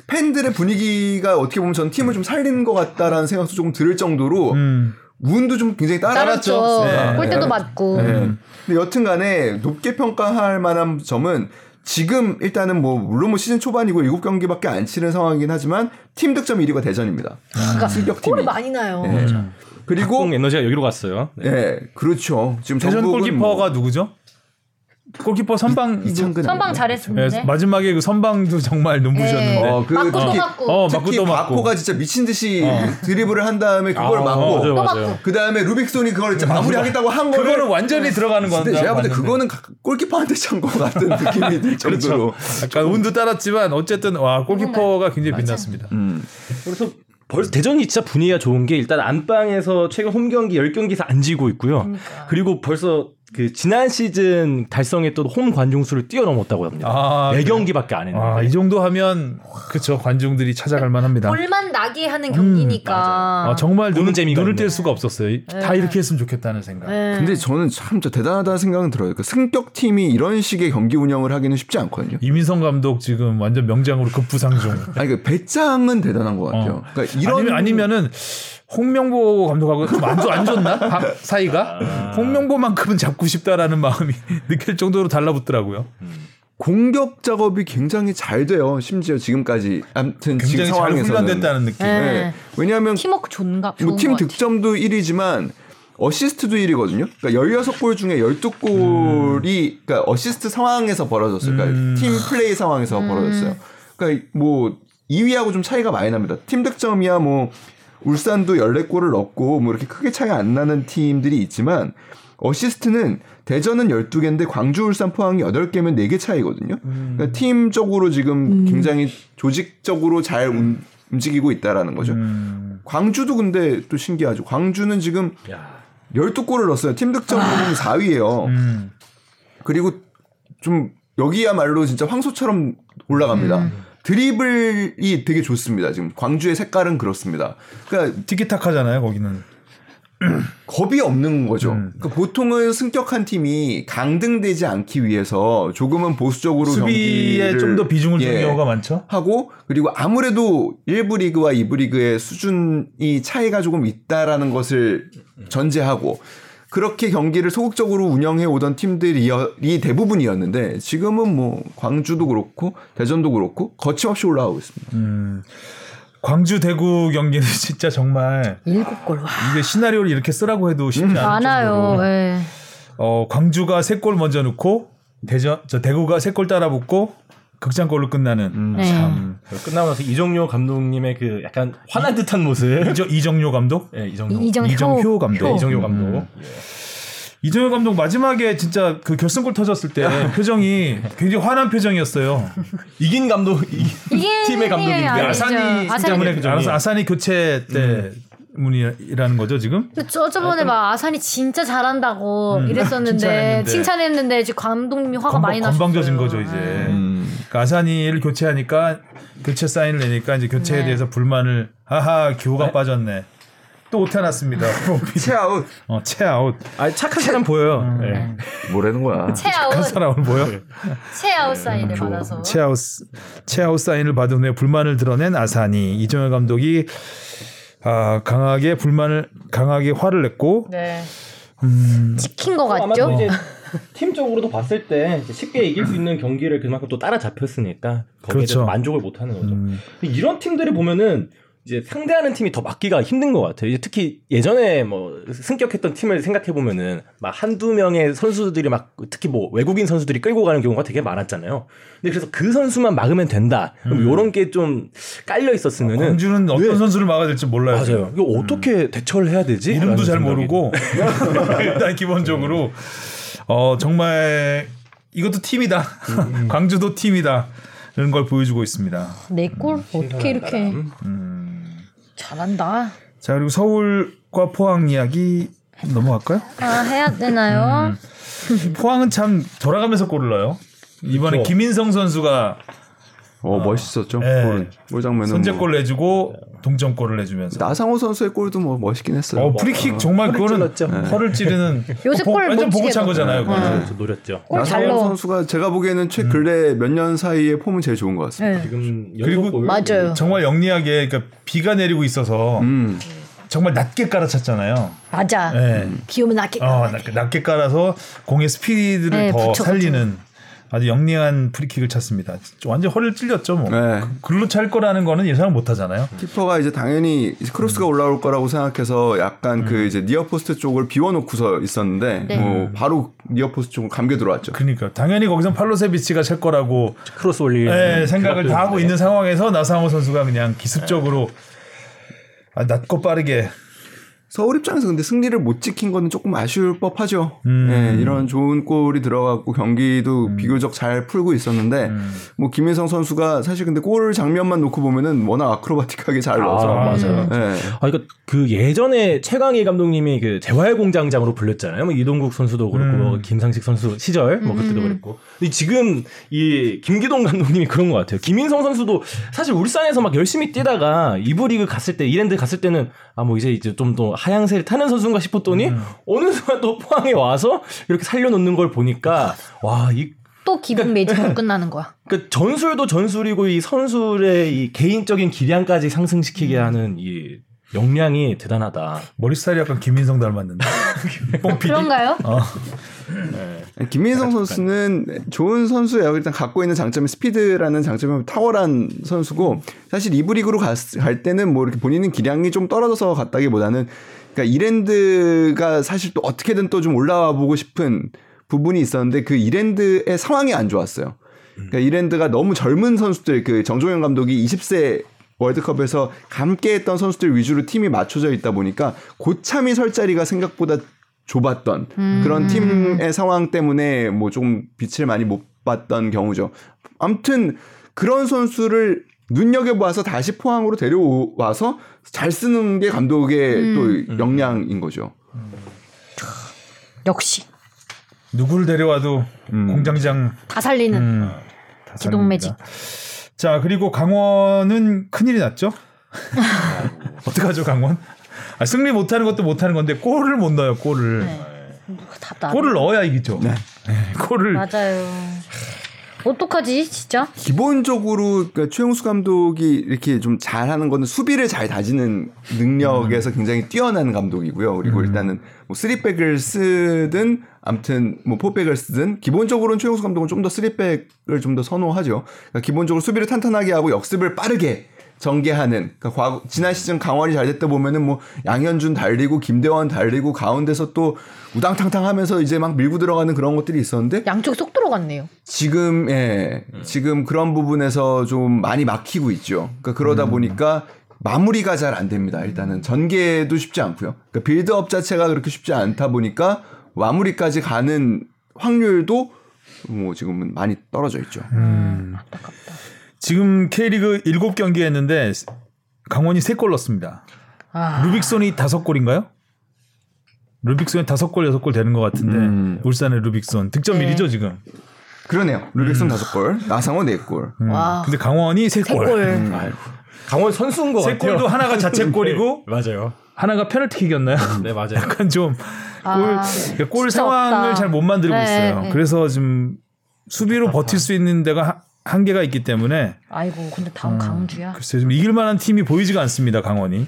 팬들의 분위기가 어떻게 보면 저는 팀을 좀 살린 것 같다라는 생각도 조금 들을 정도로 음. 운도 좀 굉장히 따랐죠. 따랐죠. 네. 골대도 맞고. 음. 근데 여튼간에 높게 평가할 만한 점은 지금 일단은 뭐 물론 뭐 시즌 초반이고 7경기밖에 안 치는 상황이긴 하지만 팀 득점 1위가 대전입니다. 골이 실격팀이. 많이 나요. 네. 음. 공 그리고 에너지가 여기로 갔어요. 네. 예, 그렇죠. 지금 대전 전북은 골키퍼가 누구죠? 골키퍼 선방 뭐 이창근 선방 아니에요? 예, 잘했었는데. 마지막에 그 선방도 정말 눈부셨는데 네. 어, 어. 그 맞고 또 특히- 맞고. 어 맞고 특히 또 맞고 바코가 진짜 미친 듯이 드리블을 한 다음에 그걸 아, 맞아요, 막고 맞아요. 그 다음에 루빅손이 그걸 이제 마무리하겠다고 한 거를 그거는 완전히 들어가는 건데 근데 그렇죠. 제가 볼 때 그거는 가- 골키퍼한테 찬 것 같은 느낌이 들 정도로 네. 약간 그러니까 운도 따랐지만 어쨌든 와 골키퍼가 굉장히 빛났습니다. 음. 그래서 벌써 대전이 진짜 분위기가 좋은 게 일단 안방에서 최근 홈 경기 10경기에서 안 지고 있고요. 그리고 벌써 그 지난 시즌 달성했던 홈 관중 수를 뛰어넘었다고 합니다. 아, 네 그래요? 경기밖에안 했는데. 아, 이 정도 하면 그쵸 관중들이 찾아갈 만합니다. 골만 나게 하는 경기니까. 음, 아, 정말 보는 눈을, 재미가 눈을 있네. 뗄 수가 없었어요. 이- 다 이렇게 했으면 좋겠다는 생각. 네. 근데 저는 참 저 대단하다는 생각은 들어요. 그 승격팀이 이런 식의 경기 운영을 하기는 쉽지 않거든요. 이민성 감독 지금 완전 명장으로 급부상 중. 아니 그 배짱은 대단한 것 같아요. 어. 그러니까 이런 아니면, 아니면은 홍명보 감독하고 좀 안, 좋- 안 좋나 바- 사이가 홍명보만큼은 잡고 싶다라는 마음이 느낄 정도로 달라붙더라고요. 공격 작업이 굉장히 잘 돼요. 심지어 지금까지 아무튼 지금 굉장히 잘 상황에서는 훈련됐다는 느낌. 네. 네. 왜냐하면 팀워크 존가 좋은 뭐 팀 것 같아. 득점도 1위지만 어시스트도 1위거든요. 그러니까 16골 중에 12골이 음. 그러니까 어시스트 상황에서 벌어졌어요. 그러니까 팀 플레이 상황에서 음. 벌어졌어요. 그러니까 뭐 2위하고 좀 차이가 많이 납니다. 팀 득점이야 뭐 울산도 14골을 넣고 뭐 이렇게 크게 차이 안 나는 팀들이 있지만 어시스트는 대전은 12개인데 광주 울산 포항이 8개면 4개 차이거든요. 음. 그러니까 팀적으로 지금 굉장히 조직적으로 잘 운- 움직이고 있다라는 거죠. 음. 광주도 근데 또 신기하죠. 광주는 지금 야. 12골을 넣었어요. 팀 득점으로 보면 4위예요. 음. 그리고 좀 여기야말로 진짜 황소처럼 올라갑니다. 드리블이 되게 좋습니다. 지금 광주의 색깔은 그렇습니다. 그러니까 티키타카잖아요 거기는. 겁이 없는 거죠. 음. 그러니까 보통은 승격한 팀이 강등되지 않기 위해서 조금은 보수적으로 수비에 경기를- 좀 더 비중을 두는 예. 경우가 많죠. 하고 그리고 아무래도 1부 리그와 2부 리그의 수준이 차이가 조금 있다라는 것을 전제하고 그렇게 경기를 소극적으로 운영해 오던 팀들이 대부분이었는데 지금은 뭐 광주도 그렇고 대전도 그렇고 거침없이 올라가고 있습니다. 광주 대구 경기는 진짜 정말 일곱 골 와. 이게 시나리오를 이렇게 쓰라고 해도 쉽지 않을 많아요. 정도로. 예. 어, 광주가 세 골 먼저 넣고 대전 저 대구가 세 골 따라 붙고 극장골로 끝나는 네. 아, 참 끝나고 나서 이정료 감독님의 그 약간 화난 듯한 모습. 이정, 이정료 감독 예, 이정료. 네. 이- 이정효. 이정효 감독. 음. 예. 네, 이정료 감독. 이정효 감독 마지막에 진짜 그 결승골 터졌을 때 표정이 굉장히 화난 표정이었어요. 이긴 감독 이 이긴 팀의 감독인데 팀의 아산 아산이 아산이 때문에 표정이. 알아서 아산이 교체 때 문이라는 거죠 지금? 근데 그 저 저번에 막 아산이 진짜 잘한다고 이랬었는데 음, 칭찬했는데. 칭찬했는데 지금 감독님이 화가 많이 나셨어요. 건방져진 거죠 이제. 그러니까 아산이를 교체하니까 교체 사인을 내니까 이제 교체에 대해서 불만을 하하 기호가 빠졌네. 또 오타났습니다. 체아웃 어, 체아웃. 아, 착한 사람 보여요. 예. 뭐라는 거야? 체아웃 한 사람은 뭐요? 체아웃 사인을 음, 받아서 체아웃 체아웃 사인을 받은 후에 불만을 드러낸 아산이 이정현 감독이 아, 강하게 불만을 강하게 화를 냈고 네. 음. 찍힌 거 같죠? 이제 팀적으로도 봤을 때 이제 쉽게 이길 수 있는 경기를 그만큼 또 따라잡혔으니까 거기에 그렇죠. 대해서 만족을 못하는 거죠. 근데 이런 팀들을 보면은 이제 상대하는 팀이 더 막기가 힘든 것 같아요. 이제 특히 예전에 뭐 승격했던 팀을 생각해 보면은 막 한두 명의 선수들이 막 특히 뭐 외국인 선수들이 끌고 가는 경우가 되게 많았잖아요. 근데 그래서 그 선수만 막으면 된다. 그럼 요런 게 좀 깔려 있었으면은 광주는 음. 어떤 왜- 선수를 막아야 될지 몰라요. 맞아요. 이거 어떻게 대처를 해야 되지? 이름도 라는 잘 생각이- 모르고 일단 기본적으로 어 정말 이것도 팀이다. 광주도 팀이다. 이런 걸 보여주고 있습니다. 음, 내골 어떻게 이렇게 잘한다. 자 그리고 서울과 포항 이야기 넘어갈까요? 아 해야 되나요? 음. 포항은 참 돌아가면서 골을 넣어요. 이번에 그렇죠. 김인성 선수가 어, 멋있었죠. 예. 골, 골 장면은 선제골 내주고 동점골을 뭐. 내주면서 나상호 선수의 골도 뭐 멋있긴 했어요. 어 프리킥 정말 그거는 허를 네. 찌르는 요새 보- 골을 완전 못 어, 보고 찬 치게 거잖아요. 그거는. 그래서 노렸죠. 골잘 나상호 넣어. 선수가 제가 보기에는 음. 최근래 몇 년 사이에 폼은 제일 좋은 것 같습니다. 네. 지금 그리고- 연속골. 맞아요. 정말 영리하게 그러니까 비가 내리고 있어서 음, 정말 낮게 깔아찼잖아요. 맞아. 예. 비 오면 낫게. 어, 낮게, 낮게 깔아서 공의 스피드를 아, 네, 더 붙여가지고. 살리는 아주 영리한 프리킥을 찼습니다. 완전 허리를 찔렸죠, 뭐. 네. 글로 찰 거라는 거는 예상을 못 하잖아요. 키퍼가 이제 당연히 이제 크로스가 음. 올라올 거라고 생각해서 약간 그 이제 니어 포스트 쪽을 비워놓고서 있었는데 뭐 바로 니어 포스트 쪽으로 감겨 들어왔죠. 그러니까 당연히 거기서 팔로세비치가 찰 거라고 크로스 올리는 예, 생각을 다 하고 있는 상황에서 나상호 선수가 그냥 기습적으로 아, 낮고 빠르게 서울 입장에서 근데 승리를 못 지킨 거는 조금 아쉬울 법하죠. 음. 예, 이런 좋은 골이 들어갔고 경기도 비교적 잘 풀고 있었는데 음. 뭐 김혜성 선수가 사실 근데 골 장면만 놓고 보면은 워낙 아크로바틱하게 잘 넣어서 맞아요. 예. 아, 그러니까 그 예전에 최강희 감독님이 그 재활공장장으로 불렸잖아요. 뭐 이동국 선수도 그렇고, 음. 뭐 김상식 선수 시절, 뭐 그때도 그랬고. 근데 지금 이 김기동 감독님이 그런 것 같아요. 김인성 선수도 사실 울산에서 막 열심히 뛰다가 이부 리그 갔을 때, 이랜드 갔을 때는 아, 뭐 이제 이제 좀 더 하향세를 타는 선수인가 싶었더니 음. 어느 순간 또 포항에 와서 이렇게 살려놓는 걸 보니까 와, 이 또 기분 매진으로 끝나는 거야. 그 전술도 전술이고 이 선수의 이 개인적인 기량까지 음. 상승시키게 하는 이 역량이 대단하다. 머리 스타일이 약간 김민성 닮았는데. 뽕피디. 그런가요? 어. 김민성 선수는 좋은 선수예요. 일단 갖고 있는 장점이 스피드라는 장점이 뭐 탁월한 선수고 사실 이부 리그로 갔- 갈 때는 뭐 이렇게 본인은 기량이 좀 떨어져서 갔다기보다는 그러니까 이랜드가 사실 또 어떻게든 또 좀 올라와 보고 싶은 부분이 있었는데 그 이랜드의 상황이 안 좋았어요. 그러니까 이랜드가 너무 젊은 선수들 그 정종현 감독이 20세 월드컵에서 함께 했던 선수들 위주로 팀이 맞춰져 있다 보니까 고참이 설 자리가 생각보다 좁았던 그런 팀의 상황 때문에 뭐 조금 빛을 많이 못 봤던 경우죠. 아무튼 그런 선수를 눈여겨봐서 다시 포항으로 데려와서 잘 쓰는 게 감독의 또 역량인 거죠. 역시 누구를 데려와도 공장장 다 살리는 음. 다 기동 매직. 삽니다. 자 그리고 강원은 큰일이 났죠. 어떡하죠 강원? 아, 승리 못하는 것도 못하는 건데 골을 못 넣어요 골을. 네. 그 답답. 골을 넣어야 이기죠. 네, 골을 맞아요. 어떡하지 진짜? 기본적으로 그러니까 최용수 감독이 이렇게 좀 잘하는 거는 수비를 잘 다지는 능력에서 굉장히 뛰어난 감독이고요. 그리고 일단은 뭐 쓰리백을 쓰든 아무튼 뭐 포백을 쓰든 기본적으로는 최용수 감독은 좀 더 쓰리백을 좀 더 선호하죠. 그러니까 기본적으로 수비를 탄탄하게 하고 역습을 빠르게 전개하는 그러니까 과거- 지난 시즌 강원이 잘 됐다 보면은 뭐 양현준 달리고 김대원 달리고 가운데서 또 우당탕탕 하면서 이제 막 밀고 들어가는 그런 것들이 있었는데 양쪽 쏙 들어갔네요. 지금 예 지금 그런 부분에서 좀 많이 막히고 있죠. 그러니까 그러다 보니까 마무리가 잘 안 됩니다. 일단은 전개도 쉽지 않고요. 그러니까 빌드업 자체가 그렇게 쉽지 않다 보니까 마무리까지 가는 확률도 뭐 지금은 많이 떨어져 있죠. 지금 K리그 7경기 했는데 강원이 3골 넣었습니다. 아. 루빅손이 5골인가요? 루빅손이 5골 6골 되는 것 같은데 음. 울산의 루빅손 득점 네. 1위죠 지금. 그러네요. 루백선 다섯 골, 나상호 네 골. 음. 와. 근데 강원이 대골. 3골. 강원 선수인 것 세 같아요. 네. 골도 하나가 자책골이고 음. 맞아요. 하나가 페널티킥이었나요? 네 맞아요. 약간 좀골골 그러니까 골 아, 네. 진짜 상황을 없다. 잘 못 만들고 네, 있어요. 네. 그래서 지금 수비로 버틸 수 있는 데가 하- 한계가 있기 때문에 아이고 근데 다음 강주야. 글쎄 좀 이길 만한 팀이 보이지가 않습니다. 강원이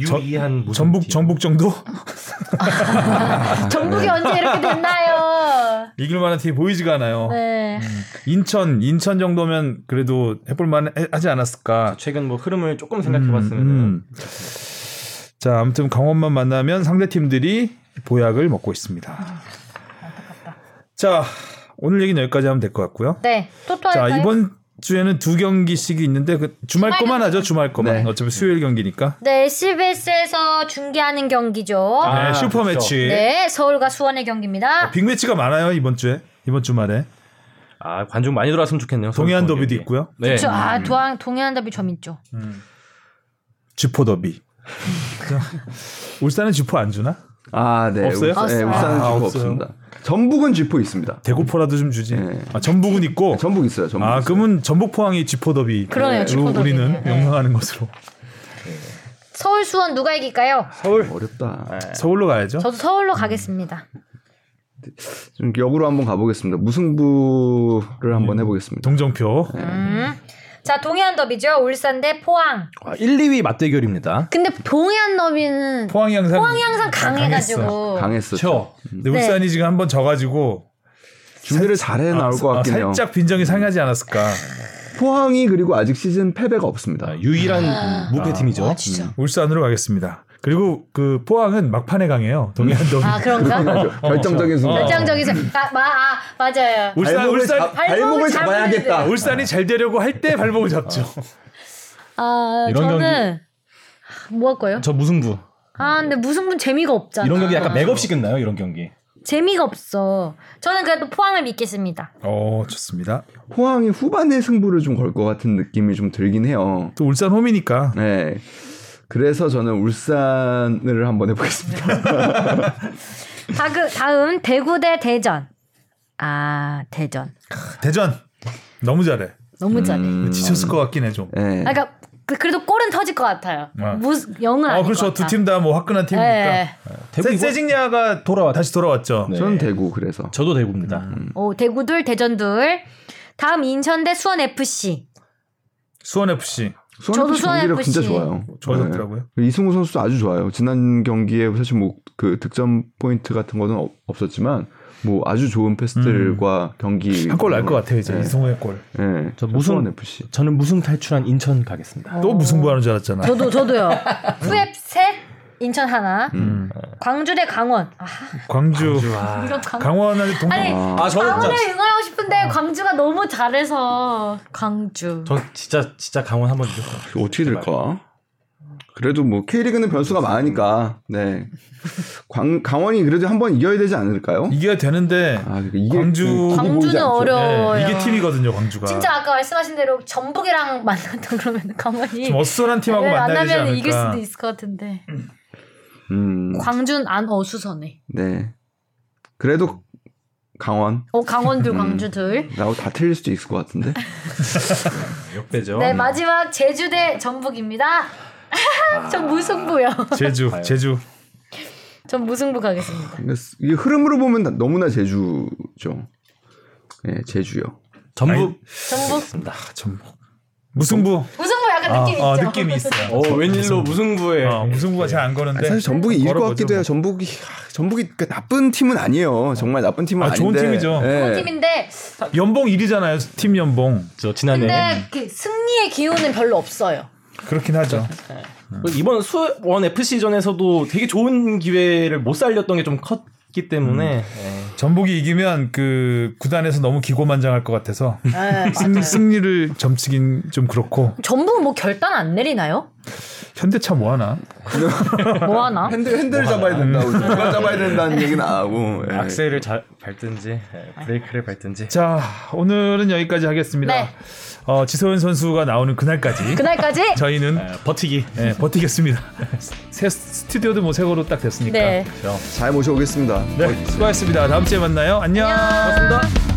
유리한 전북 전북 정도 아, 네. 전북이 언제 이렇게 됐나요? 이길 만한 팀이 보이지가 않아요. 네. 인천 인천 정도면 그래도 해볼 만하지 않았을까. 최근 뭐 흐름을 조금 음, 음. 자 아무튼 강원만 만나면 상대 팀들이 보약을 먹고 아, 있습니다. 자 오늘 얘기는 여기까지 하면 될 것 같고요. 네. 토토 자 할까요? 이번 주에는 두 경기씩이 있는데 그 주말 주말 거만 경기. 하죠 주말 거만 네. 어차피 수요일 경기니까 네, SBS에서 중계하는 경기죠. 아, 네, 슈퍼 그렇죠. 매치 네, 서울과 수원의 경기입니다. 빅 매치가 많아요 이번 주에 이번 주말에 아 관중 많이 들어왔으면 좋겠네요. 동해안 서울 더비도 경기. 있고요 네. 저, 아, 도항, 동해안 답이 점 있죠. 주포 더비 울산은 주포 안 주나 아, 네. 없어요? 울산, 네, 없어요. 울산은 아, 주포 없어요. 없습니다. 전북은 주포 있습니다. 대구포라도 좀 주지 네. 아, 전북은 있고 전북 있어요. 전북. 아 있어요. 그러면 전북 포항이 주포 더비 그러네요, 주포 더비네요. 우리는 네. 명명하는 것으로 서울, 수원 누가 이길까요? 서울. 어렵다. 서울로 가야죠 네. 저도 서울로 가겠습니다. 좀 역으로 한번 가보겠습니다. 무승부를 한번 해보겠습니다. 동정표 자, 동해안 더비죠. 울산 대 포항. 아, 1, 2위 맞대결입니다. 근데 동해안 더비는 포항이 항상 포항이 항상 네. 강해가지고. 강했었죠. 그렇죠. 근데 울산이 지금 한번 져가지고 준비를 잘해 나올 것 아, 같긴 해요. 살짝 빈정이 상하지 않았을까 포항이 그리고 아직 시즌 패배가 없습니다. 아, 유일한 무패 팀이죠. 음. 울산으로 가겠습니다. 그리고 그 포항은 막판에 강해요. 동해안 더비. 아, 그런가? 그렇죠. 결정적인 순간. 결정적이죠. 아, 마, 아, 맞아요. 울산 발목을, 울산 잡- 발목을 발목을 잡아야겠다. 잡아야 울산이 잘 되려고 할 때 발목을 잡죠. 아, 이런 저는 뭐 할 거예요? 저 무승부. 아, 근데 무슨 분 재미가 없잖아. 이런 경기 약간 맥없이 끝나요. 이런 경기. 재미가 없어. 저는 그래도 포항을 믿겠습니다. 어 좋습니다. 포항이 후반에 승부를 좀 걸 것 같은 느낌이 좀 들긴 해요. 또 울산 홈이니까 네. 그래서 저는 울산을 한번 해보겠습니다. 아, 다그, 다음 대구 대 대전. 아, 대전. 대전 너무 잘해. 너무 잘해. 음. 지쳤을 것 같긴 해 좀. 네. 아, 그러니까 그- 그래도 골은 터질 것 같아요. 아. 무 영은 어 아닐 그렇죠. 것 같아. 두 팀 다 뭐 화끈한 팀이니까. 예. 대구 세, 이번- 세징야가 돌아와 다시 돌아왔죠. 네. 저는 대구 그래서. 저도 대구입니다. 음. 오, 어, 대구 둘, 대전 둘. 다음 인천 대 수원 FC. 수원 FC 수원 저도 FC 경기력 수원 FC. 진짜 좋아요. 좋아졌더라고요. 네. 이승우 선수도 아주 좋아요. 지난 경기에 사실 뭐 그 득점 포인트 같은 거는 없- 없었지만 뭐 아주 좋은 패스들과 경기 음. 네. 한 골 날 것 같아요 이제 이승호의 골. 네. 저 무슨- 수원 FC. 저는 무승 탈출한 인천 가겠습니다. 또 무승부하는 줄 알았잖아. 아. 저도, 저도요. 후앱 셋, 인천 하나. 음. 광주 대 강원. 아, 광주, 이런 강원. 강원을 동. 아니, 아, 저는 강원을 응원하고 싶은데 광주가 너무 잘해서 광주. 저 진짜 진짜 강원 한번 이겼어. 그 어떻게 될까? 그래도 뭐 K리그는 변수가 많으니까 네. 광, 강원이 그래도 한번 이겨야 되지 않을까요? 이겨야 되는데 아, 그러니까 이게 광주- 그 길이 보이지 광주는 않죠. 어려워요. 예, 이게 팀이거든요 광주가. 진짜 아까 말씀하신 대로 전북이랑 만났다 그러면 강원이 좀 어수선한 팀하고 네, 만나야 되지 않을까. 만나면 이길 수도 있을 것 같은데. 음, 광주는 안 어수선해. 네. 그래도 강원 어 강원 음. 둘, 광주 둘. 나고 다 틀릴 수도 있을 것 같은데. 음. 역대죠. 네 마지막 제주 대 전북입니다. 전 무승부요. 제주, 제주. 전 무승부 가겠습니다. 근데 쓰- 그러니까 이게 흐름으로 보면 나- 너무나 제주죠. 네, 제주요. 전북. 전북 아, 전 무승부. 무승부 약간 아, 느낌 아, 있죠. 느낌이 있어요. 어 웬일로 무승부에. 아, 무승부가 잘 안 거는데. 예. 사실 전북이 이길 것 걸어보죠, 뭐. 같기도 해요. 전북이 하, 전북이 그 나쁜 팀은 아니에요. 정말 나쁜 팀은 아, 닌데 네. 좋은 팀이죠. 좋은 네. 팀인데 뭐. 연봉 1위잖아요. 팀 연봉. 저 지난해 근데 그 승리의 기운은 별로 없어요. 그렇긴 하죠. 이번 수원 FC전에서도 되게 좋은 기회를 못 살렸던 게 좀 컸기 때문에 예. 전북이 이기면 그 구단에서 너무 기고만장할 것 같아서 네, 승, 승리를 점치긴 좀 그렇고 전북 뭐 결단 안 내리나요? 현대차 뭐 하나? 뭐 하나? 핸들 핸들을 잡아야 된다고 누가 잡아야 된다는 얘기는 안 하고 예. 음. 악셀을 잘 밟든지 예, 브레이크를 밟든지. 자, 오늘은 여기까지 하겠습니다. 네. 어, 지소연 선수가 나오는 그날까지 그날까지. 네, 저희는 예, 버티기. 예, 버티겠습니다. 새 스튜디오도 뭐 새거로 딱 됐으니까. 네. 그렇죠. 잘 모셔오겠습니다. 네. 어, 네, 수고하셨습니다. 다음 주에 만나요. 안녕. 안녕. 고맙습니다.